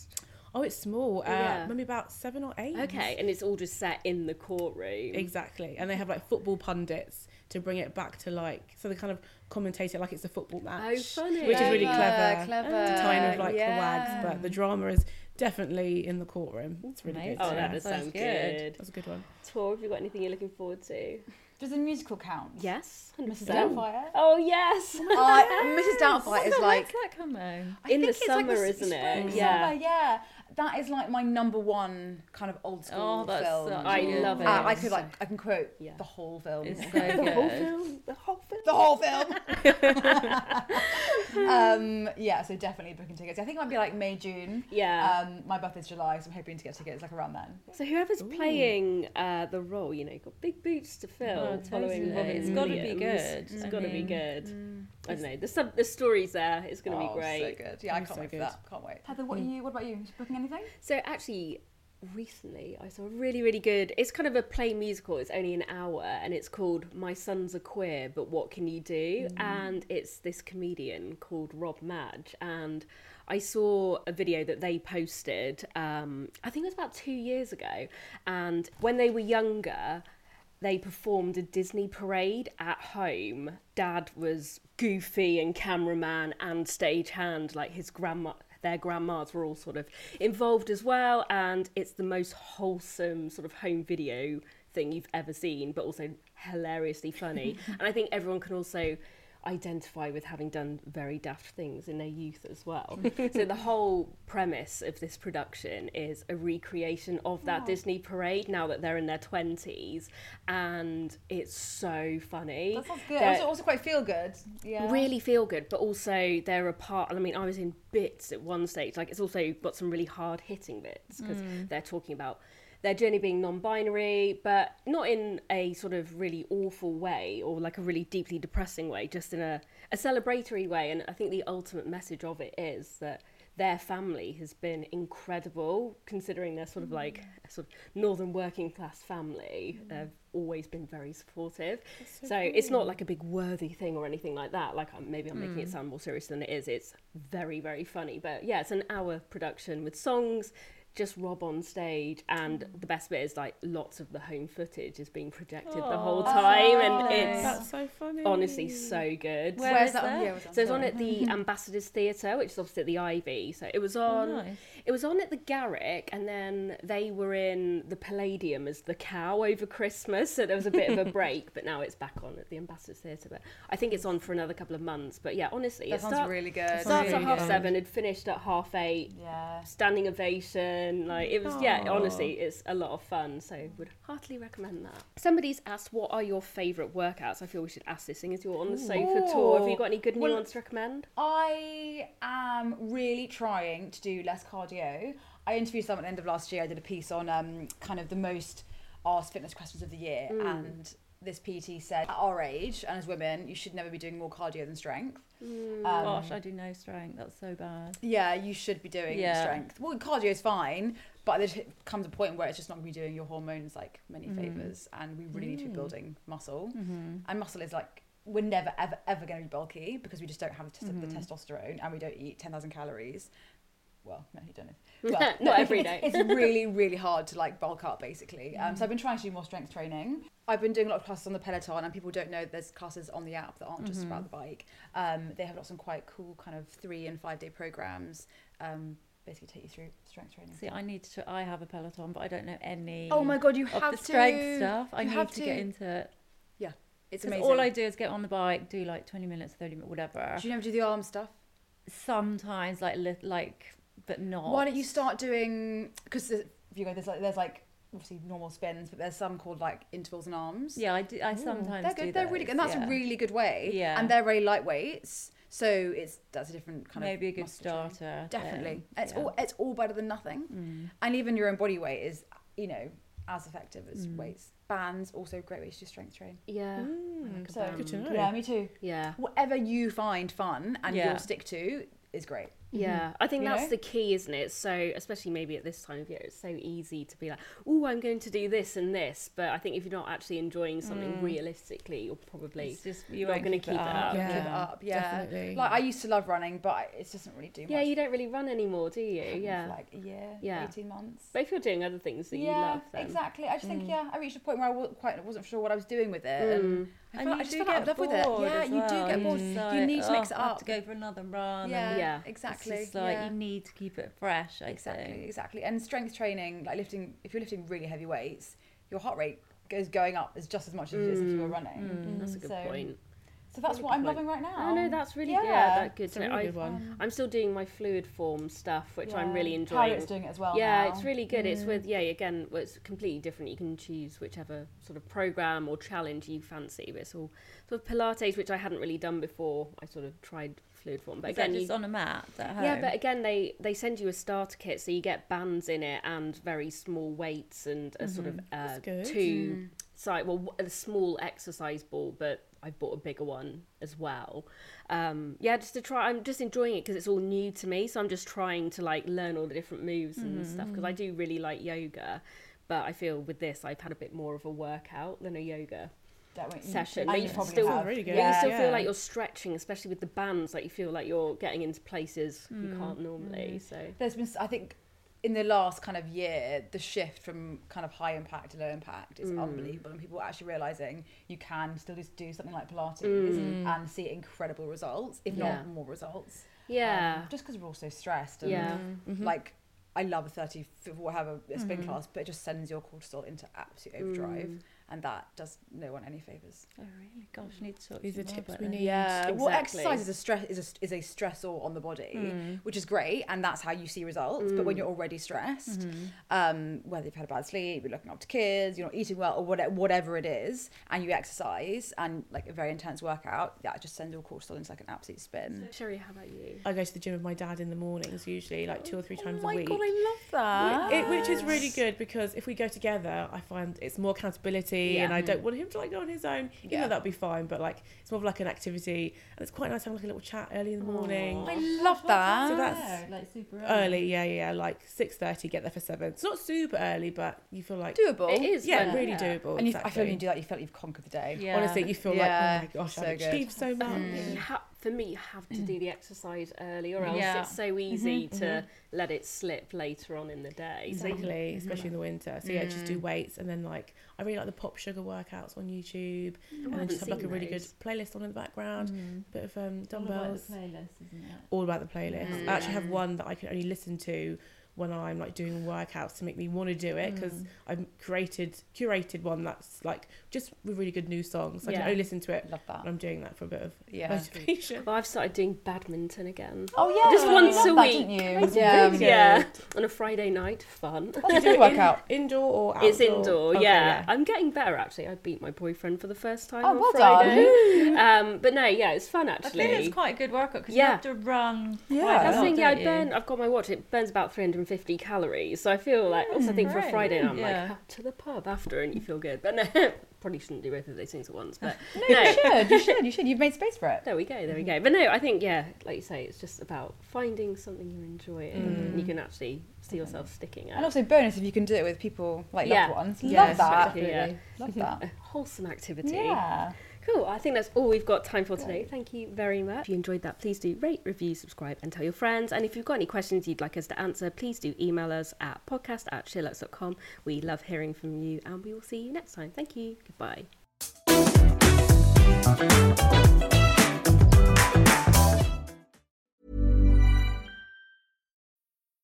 [SPEAKER 5] Oh, it's small. Uh,
[SPEAKER 2] Yeah.
[SPEAKER 5] Maybe about seven or eight.
[SPEAKER 2] Okay, and it's all just set in the courtroom.
[SPEAKER 5] Exactly, and they have like football pundits to bring it back to like so they kind of commentate it like it's a football match,
[SPEAKER 2] Oh, funny.
[SPEAKER 5] which is really
[SPEAKER 4] Clever,
[SPEAKER 5] clever.
[SPEAKER 4] clever.
[SPEAKER 5] Tying of like the
[SPEAKER 4] Uh, Yeah.
[SPEAKER 5] wags, but the drama is definitely in the courtroom. It's really
[SPEAKER 2] Amazing.
[SPEAKER 5] good.
[SPEAKER 2] Oh, that does Sounds sound good. good.
[SPEAKER 5] That's a good one.
[SPEAKER 2] Tor, have you got anything you're looking forward to?
[SPEAKER 4] Does the musical count?
[SPEAKER 2] Yes,
[SPEAKER 4] Mrs.
[SPEAKER 2] 100%.
[SPEAKER 4] Doubtfire?
[SPEAKER 2] Oh yes,
[SPEAKER 4] [laughs]
[SPEAKER 2] [laughs]
[SPEAKER 4] Uh, Mrs. Doubtfire is like I
[SPEAKER 2] in the
[SPEAKER 4] think it's like
[SPEAKER 2] summer,
[SPEAKER 4] s-
[SPEAKER 2] isn't it?
[SPEAKER 4] spring,
[SPEAKER 2] Yeah.
[SPEAKER 4] summer, yeah. That is like my number one kind of old school
[SPEAKER 2] Oh, that's
[SPEAKER 4] film.
[SPEAKER 2] such a I good love
[SPEAKER 4] Uh, I
[SPEAKER 2] film.
[SPEAKER 4] could like I can quote the whole film.
[SPEAKER 2] It's
[SPEAKER 4] [laughs]
[SPEAKER 2] so
[SPEAKER 4] the whole
[SPEAKER 2] good.
[SPEAKER 4] film. The whole film. [laughs] The whole film. um, yeah, so definitely booking tickets. I think it might be like May June.
[SPEAKER 2] Yeah.
[SPEAKER 4] Um, my birthday's July, so I'm hoping to get tickets like around then.
[SPEAKER 2] So whoever's playing uh, the role, you know, you've got big boots to fill.
[SPEAKER 6] Oh, totally.
[SPEAKER 2] Following Robin
[SPEAKER 6] It's gotta be
[SPEAKER 2] Williams.
[SPEAKER 6] good.
[SPEAKER 2] It's
[SPEAKER 6] I
[SPEAKER 2] got to be
[SPEAKER 6] mean,
[SPEAKER 2] good. I don't know. There's some. There's stories there. It's going to
[SPEAKER 4] Oh,
[SPEAKER 2] be great.
[SPEAKER 4] So good. Yeah, I can't wait for that. Can't wait. Heather, what are you? What about you? you booking anything?
[SPEAKER 2] So actually, recently I saw a really, really good. It's kind of a play musical. It's only an hour, and it's called "My Sons Are Queer, But What Can You Do?"
[SPEAKER 8] Mm.
[SPEAKER 2] And it's this comedian called Rob Madge, and I saw a video that they posted. Um, I think it was about two years ago, and when they were younger, they performed a Disney parade at home. Dad was goofy and cameraman and stagehand, like his grandma. Their grandmas were all sort of involved as well, and it's the most wholesome sort of home video thing you've ever seen, but also hilariously funny. and I think everyone can also identify with having done very daft things in their youth as well. [laughs] so the whole premise of this production is a recreation of that
[SPEAKER 8] Wow.
[SPEAKER 2] Disney parade now that they're in their 20s and it's so funny.
[SPEAKER 4] That sounds good.
[SPEAKER 2] They're-
[SPEAKER 4] Also, also quite feel good. Yeah.
[SPEAKER 2] really feel good, but also they're a part. I mean, I was in bits at one stage. Like it's also got some really hard hitting bits because
[SPEAKER 8] Mm.
[SPEAKER 2] they're talking about their journey being non-binary, but not in a sort of really awful way or like a really deeply depressing way. Just in a a celebratory way. And I think the ultimate message of it is that their family has been incredible considering they're sort of like a sort of northern working class family
[SPEAKER 8] Mm.
[SPEAKER 2] they've always been very supportive
[SPEAKER 8] That's
[SPEAKER 2] so,
[SPEAKER 8] so
[SPEAKER 2] it's not
[SPEAKER 8] cool.
[SPEAKER 2] like a big worthy thing or anything like that like I'm, maybe i'm making it
[SPEAKER 8] Mm.
[SPEAKER 2] sound more serious than it is it's very very funny but yeah it's an hour production with songs just rob on stage and
[SPEAKER 8] Mm.
[SPEAKER 2] the best bit is like lots of the home footage is being projected the whole
[SPEAKER 8] Aw, that's
[SPEAKER 2] time and
[SPEAKER 8] lovely.
[SPEAKER 2] Oh, it's
[SPEAKER 8] That's so funny.
[SPEAKER 2] honestly so good
[SPEAKER 8] Where Where's is that? that? Yeah, where's that?
[SPEAKER 2] so it's on
[SPEAKER 8] Sorry.
[SPEAKER 2] at the ambassadors theatre which is obviously at the ivy so it was on
[SPEAKER 8] nice.
[SPEAKER 2] it was on at the Garrick, and then they were in the Palladium as the cow over Christmas, so there was a bit of a break. But now it's back on at the Ambassadors Theatre. But I think it's on for another couple of months. But yeah, honestly,
[SPEAKER 4] That
[SPEAKER 2] it
[SPEAKER 4] sounds
[SPEAKER 2] starts
[SPEAKER 4] really good.
[SPEAKER 2] It
[SPEAKER 4] That
[SPEAKER 2] starts
[SPEAKER 4] sounds
[SPEAKER 2] at
[SPEAKER 4] really
[SPEAKER 2] half
[SPEAKER 4] good.
[SPEAKER 2] seven and finished at half eight.
[SPEAKER 4] Yeah,
[SPEAKER 2] standing ovation. Like it was. Yeah,
[SPEAKER 8] Aw.
[SPEAKER 2] honestly, it's a lot of fun. So would heartily recommend that. Somebody's asked, "What are your favourite workouts?" I feel we should ask this thing as you're on the sofa tour. Have you got any good new
[SPEAKER 4] Well,
[SPEAKER 2] ones to recommend?
[SPEAKER 4] I am really trying to do less cardio. I interviewed someone at the end of last year. I did a piece on um, kind of the most asked fitness questions of the year,
[SPEAKER 8] Mm.
[SPEAKER 4] and this PT said, at our age and as women, you should never be doing more cardio than strength.
[SPEAKER 6] Oh Gosh,
[SPEAKER 2] Uh,
[SPEAKER 4] Um,
[SPEAKER 6] I do no strength. That's so bad.
[SPEAKER 4] Yeah, you should be doing
[SPEAKER 6] Yeah.
[SPEAKER 4] strength. Well, cardio is fine, but there comes a point where it's just not going to be doing your hormones like many
[SPEAKER 6] Mm.
[SPEAKER 4] favors, and we really need to be
[SPEAKER 6] Mm.
[SPEAKER 4] building muscle.
[SPEAKER 6] Mhm.
[SPEAKER 4] And muscle is like we're never ever ever going to be bulky because we just don't have the, tes-
[SPEAKER 6] Mhm.
[SPEAKER 4] the testosterone and we don't eat ten thousand calories. Well, no, you don't. know.
[SPEAKER 2] Not
[SPEAKER 4] no, [laughs]
[SPEAKER 2] every
[SPEAKER 4] it's-
[SPEAKER 2] day.
[SPEAKER 4] it's really, really hard to like bulk up basically. Um, so I've been trying to do more strength training. I've been doing a lot of classes on the Peloton, and people don't know there's classes on the app that aren't just
[SPEAKER 6] Mhm.
[SPEAKER 4] about the bike. Um, they have lots of quite cool kind of three and five day programs. Um, basically take you through strength training.
[SPEAKER 6] See, I need to. I have a Peloton, but I don't know any.
[SPEAKER 4] Oh my God, you
[SPEAKER 6] of
[SPEAKER 4] have
[SPEAKER 6] the
[SPEAKER 4] to.
[SPEAKER 6] strength stuff. I
[SPEAKER 4] You
[SPEAKER 6] need
[SPEAKER 4] have
[SPEAKER 6] to, get
[SPEAKER 4] to.
[SPEAKER 6] into it.
[SPEAKER 4] Yeah, it's
[SPEAKER 6] 'Cause
[SPEAKER 4] amazing.
[SPEAKER 6] All I do is get on the bike, do like twenty minutes, thirty minutes, whatever.
[SPEAKER 4] Do you never do the arm stuff?
[SPEAKER 6] Sometimes, like li- like, but not.
[SPEAKER 4] Why don't you start doing? Because if you go, there's like there's like obviously normal spins, but there's some called like intervals and arms.
[SPEAKER 6] Yeah, I do. I sometimes
[SPEAKER 4] they're good.
[SPEAKER 6] do
[SPEAKER 4] they're really good, and
[SPEAKER 6] those,
[SPEAKER 4] that's
[SPEAKER 6] yeah.
[SPEAKER 4] a really good way.
[SPEAKER 6] Yeah.
[SPEAKER 4] and they're very light weights, so it's that's a different kind of
[SPEAKER 6] Maybe a good
[SPEAKER 4] muscle training.
[SPEAKER 6] starter
[SPEAKER 4] Definitely,
[SPEAKER 6] thing,
[SPEAKER 4] it's
[SPEAKER 6] Um, yeah.
[SPEAKER 4] all it's all better than nothing,
[SPEAKER 6] Mm.
[SPEAKER 4] and even your own body weight is you know as effective as
[SPEAKER 2] Mm.
[SPEAKER 4] weights. Bands also great ways to strength train.
[SPEAKER 2] Yeah.
[SPEAKER 5] Mm,
[SPEAKER 4] Hmm. So
[SPEAKER 5] Good to know.
[SPEAKER 4] yeah, me too.
[SPEAKER 2] Yeah.
[SPEAKER 4] Whatever you find fun and
[SPEAKER 2] Yeah.
[SPEAKER 4] you'll stick to is great.
[SPEAKER 2] Yeah, I think
[SPEAKER 4] You
[SPEAKER 2] that's
[SPEAKER 4] know?
[SPEAKER 2] the key, isn't it? So, especially maybe at this time of year, it's so easy to be like, "Oh, I'm going to do this and this," but I think if you're not actually enjoying something
[SPEAKER 6] Mm.
[SPEAKER 2] realistically, you're probably
[SPEAKER 6] It's just- you
[SPEAKER 2] you not
[SPEAKER 6] won't
[SPEAKER 2] going to
[SPEAKER 6] keep it
[SPEAKER 2] keep it
[SPEAKER 6] up.
[SPEAKER 2] up.
[SPEAKER 4] yeah. give it up. Yeah, like I used to love running, but it doesn't really do much.
[SPEAKER 2] yeah, you don't really run anymore, do you?
[SPEAKER 4] haven't for,
[SPEAKER 2] Yeah,
[SPEAKER 4] like a year,
[SPEAKER 2] Yeah.
[SPEAKER 4] 18 months.
[SPEAKER 2] But if you're doing other things that you
[SPEAKER 4] yeah,
[SPEAKER 2] love, then.
[SPEAKER 4] exactly. I just think
[SPEAKER 2] Mm.
[SPEAKER 4] yeah, I reached a point where I was quite wasn't sure what I was doing with it,
[SPEAKER 2] Mm.
[SPEAKER 4] and I,
[SPEAKER 6] And
[SPEAKER 4] felt,
[SPEAKER 6] you
[SPEAKER 4] I just
[SPEAKER 6] do
[SPEAKER 4] fell out
[SPEAKER 6] get
[SPEAKER 4] of love with it.
[SPEAKER 6] bored
[SPEAKER 4] Yeah,
[SPEAKER 6] as
[SPEAKER 4] you do
[SPEAKER 6] well.
[SPEAKER 4] get bored.
[SPEAKER 6] It's
[SPEAKER 4] You
[SPEAKER 6] like,
[SPEAKER 4] need to mix
[SPEAKER 6] "Oh,
[SPEAKER 4] it
[SPEAKER 6] I have
[SPEAKER 4] up.
[SPEAKER 6] to go for another run.
[SPEAKER 4] Yeah,
[SPEAKER 6] and
[SPEAKER 4] Yeah.
[SPEAKER 6] it's It's just like you need to keep it fresh. I
[SPEAKER 4] exactly,
[SPEAKER 6] think.
[SPEAKER 4] exactly. And strength training, like lifting, if you're lifting really heavy weights, your heart rate goes going up as just as much as it is if you were
[SPEAKER 2] Mm.
[SPEAKER 4] running.
[SPEAKER 2] Mm. That's a good
[SPEAKER 4] so,
[SPEAKER 2] point.
[SPEAKER 4] So that's
[SPEAKER 2] Really
[SPEAKER 4] what
[SPEAKER 2] good
[SPEAKER 4] I'm
[SPEAKER 2] point.
[SPEAKER 4] loving right now.
[SPEAKER 2] Oh no, that's really yeah, that good. to know. I, I'm still doing my fluid form stuff, which I'm
[SPEAKER 4] Yeah.
[SPEAKER 2] really enjoying.
[SPEAKER 4] Harriet's doing it as well
[SPEAKER 2] Yeah,
[SPEAKER 4] now.
[SPEAKER 2] it's really good. It's
[SPEAKER 4] Mm.
[SPEAKER 2] with yeah again, well, it's completely different. You can choose whichever sort of program or challenge you fancy. But it's all sort of Pilates, which I hadn't really done before. I sort of tried fluid form, but
[SPEAKER 6] Is that
[SPEAKER 2] again,
[SPEAKER 6] just
[SPEAKER 2] you-
[SPEAKER 6] on a mat at
[SPEAKER 2] Yeah,
[SPEAKER 6] home?
[SPEAKER 2] but again, they they send you a starter kit, so you get bands in it and very small weights and a sort of
[SPEAKER 6] Mhm.
[SPEAKER 2] uh,
[SPEAKER 6] That's good.
[SPEAKER 2] two
[SPEAKER 6] Mm.
[SPEAKER 2] side well a small exercise ball, but I bought a bigger one as well. Um, yeah, just to try. I'm just enjoying it because it's all new to me, so I'm just trying to like learn all the different moves and stuff because I
[SPEAKER 6] Mhm.
[SPEAKER 2] do really like yoga. But I feel with this, I've had a bit more of a workout than a yoga
[SPEAKER 4] Definitely.
[SPEAKER 2] session.
[SPEAKER 4] And
[SPEAKER 2] But
[SPEAKER 4] you
[SPEAKER 2] can
[SPEAKER 4] probably
[SPEAKER 2] still,
[SPEAKER 4] have. Really good.
[SPEAKER 2] but you still
[SPEAKER 4] Yeah.
[SPEAKER 2] feel
[SPEAKER 4] Yeah.
[SPEAKER 2] like you're stretching, especially with the bands. Like you feel like you're getting into places you
[SPEAKER 4] Mm.
[SPEAKER 2] can't normally. So
[SPEAKER 4] There's been, s- I think, in the last kind of year, the shift from kind of high impact to low impact is
[SPEAKER 2] Mm.
[SPEAKER 4] unbelievable, and people are actually realizing you can still just do something like Pilates
[SPEAKER 2] Mm.
[SPEAKER 4] and see incredible results, if
[SPEAKER 2] Yeah.
[SPEAKER 4] not more results.
[SPEAKER 2] Yeah.
[SPEAKER 4] um, just because we're all so stressed. And
[SPEAKER 2] Yeah.
[SPEAKER 6] Mm-hmm.
[SPEAKER 2] Mhm.
[SPEAKER 4] like I love a thirty f- whatever a spin
[SPEAKER 2] Mhm.
[SPEAKER 4] class, but it just sends your cortisol into absolute overdrive,
[SPEAKER 2] Mm.
[SPEAKER 4] and that does no one any favors.
[SPEAKER 6] Oh really? Gosh, I need to talk
[SPEAKER 4] These
[SPEAKER 6] to
[SPEAKER 4] are
[SPEAKER 6] you more
[SPEAKER 4] tips
[SPEAKER 6] about
[SPEAKER 4] we
[SPEAKER 6] that.
[SPEAKER 4] need. Yeah, well,
[SPEAKER 6] Exactly.
[SPEAKER 4] exercise is a stress is a, is a stressor on the body,
[SPEAKER 6] Mm.
[SPEAKER 4] which is great, and that's how you see results. But when
[SPEAKER 6] Mm.
[SPEAKER 4] you're already stressed,
[SPEAKER 6] Mhm.
[SPEAKER 4] um, whether you've had a bad sleep, you're looking after kids, you're not eating well, or whatever, whatever it is, and you exercise and like a very intense workout, that just sends your cortisol into like an absolute spin.
[SPEAKER 2] Sherry, how about you?
[SPEAKER 5] I go to the gym with my dad in the mornings, usually like two or three times
[SPEAKER 6] my
[SPEAKER 5] a week.
[SPEAKER 6] God, I love that.
[SPEAKER 5] It, which is really good because if we go together, I find it's more accountability, and
[SPEAKER 6] Yeah.
[SPEAKER 5] I don't want him to like go on his own. Even
[SPEAKER 6] Yeah.
[SPEAKER 5] though that'd be fine, but like it's more of like an activity, and it's quite nice having like a little chat early in the morning.
[SPEAKER 6] I love that.
[SPEAKER 5] So that's
[SPEAKER 6] like super
[SPEAKER 5] early, yeah, yeah, yeah, like six thirty. Get there for seven. It's not super early, but you feel like
[SPEAKER 2] Oh,
[SPEAKER 4] doable.
[SPEAKER 5] It is, yeah, really doable.
[SPEAKER 4] And you, I feel
[SPEAKER 5] exactly.
[SPEAKER 4] when you do that, you feel like you've conquered the day.
[SPEAKER 5] Yeah. Honestly, you feel like, oh my gosh, I've achieved so much.
[SPEAKER 2] You ha- for me, you have to do the exercise early, or else
[SPEAKER 5] Yeah.
[SPEAKER 2] it's so easy
[SPEAKER 5] Mhm,
[SPEAKER 2] to
[SPEAKER 5] mhm.
[SPEAKER 2] let it slip later on in the day. So-
[SPEAKER 5] Exactly, especially in the winter. So yeah, just do
[SPEAKER 2] Mm.
[SPEAKER 5] weights and then like I really like the pop sugar workouts on YouTube, and
[SPEAKER 2] haven't
[SPEAKER 5] then just have like a
[SPEAKER 2] seen
[SPEAKER 5] really
[SPEAKER 2] those.
[SPEAKER 5] good playlist on in the background,
[SPEAKER 6] Mhm.
[SPEAKER 5] bit of um,
[SPEAKER 6] All about
[SPEAKER 5] dumbbells.
[SPEAKER 6] Mm. the playlist, isn't it?
[SPEAKER 5] All about the playlist.
[SPEAKER 6] Mm.
[SPEAKER 5] I actually have one that I can only listen to when I'm like doing workouts to make me want to do it because
[SPEAKER 6] Mm.
[SPEAKER 5] I've created curated one that's like just with really good new songs. So I
[SPEAKER 2] Yeah.
[SPEAKER 5] can only listen to it.
[SPEAKER 4] Love that.
[SPEAKER 5] I'm doing that for a bit of [laughs]
[SPEAKER 2] Yeah.
[SPEAKER 5] motivation.
[SPEAKER 2] Well, I've started doing badminton again.
[SPEAKER 5] Oh, yeah,
[SPEAKER 2] just
[SPEAKER 5] you
[SPEAKER 2] once
[SPEAKER 5] love
[SPEAKER 2] a
[SPEAKER 5] that,
[SPEAKER 2] week.
[SPEAKER 5] didn't you? That's
[SPEAKER 2] yeah,
[SPEAKER 5] really
[SPEAKER 2] yeah,
[SPEAKER 5] good.
[SPEAKER 2] on a Friday night, fun.
[SPEAKER 5] Do you do it
[SPEAKER 2] [laughs]
[SPEAKER 5] in- Workout. indoor or
[SPEAKER 2] It's
[SPEAKER 5] outdoor?
[SPEAKER 2] indoor.
[SPEAKER 5] Okay,
[SPEAKER 2] yeah.
[SPEAKER 5] yeah.
[SPEAKER 2] I'm getting better actually. I beat my boyfriend for the first time
[SPEAKER 6] Oh,
[SPEAKER 2] on
[SPEAKER 6] well done.
[SPEAKER 2] Friday. [laughs] Um, but no, yeah, it's fun actually.
[SPEAKER 6] I feel it's quite a good workout because
[SPEAKER 2] Yeah.
[SPEAKER 6] you have to run.
[SPEAKER 2] Yeah,
[SPEAKER 6] quite
[SPEAKER 2] that's the
[SPEAKER 6] well,
[SPEAKER 2] thing. Yeah, I
[SPEAKER 6] don't you?
[SPEAKER 2] burn. I've got my watch. It burns about 350 calories. So I feel like also I think for
[SPEAKER 6] Great.
[SPEAKER 2] a Friday, night, I'm
[SPEAKER 6] Yeah.
[SPEAKER 2] like "Oh, to the pub after, and you feel good. But no, [laughs] probably shouldn't do both of those things at
[SPEAKER 6] [laughs]
[SPEAKER 2] once. But
[SPEAKER 4] No, you should. You should. You should. You've made space for
[SPEAKER 2] [laughs]
[SPEAKER 4] it.
[SPEAKER 2] There we go. There we go. But no, I think yeah, like you say, it's just about finding something you're enjoying
[SPEAKER 6] Mm.
[SPEAKER 2] and you can actually see yourself sticking at.
[SPEAKER 4] And also, bonus if you can do it with people like
[SPEAKER 2] Yeah.
[SPEAKER 4] loved ones.
[SPEAKER 2] Yeah,
[SPEAKER 4] Love that.
[SPEAKER 2] exactly, yeah. [laughs]
[SPEAKER 4] Love that.
[SPEAKER 2] wholesome activity.
[SPEAKER 4] Yeah.
[SPEAKER 2] Cool. I think that's all we've got time for today. Thank you very much. If you enjoyed that, please do rate, review, subscribe, and tell your friends. And if you've got any questions you'd like us to answer, please do email us at podcast at shillux.com. We love hearing from you, and we will see you next time. Thank you. Goodbye.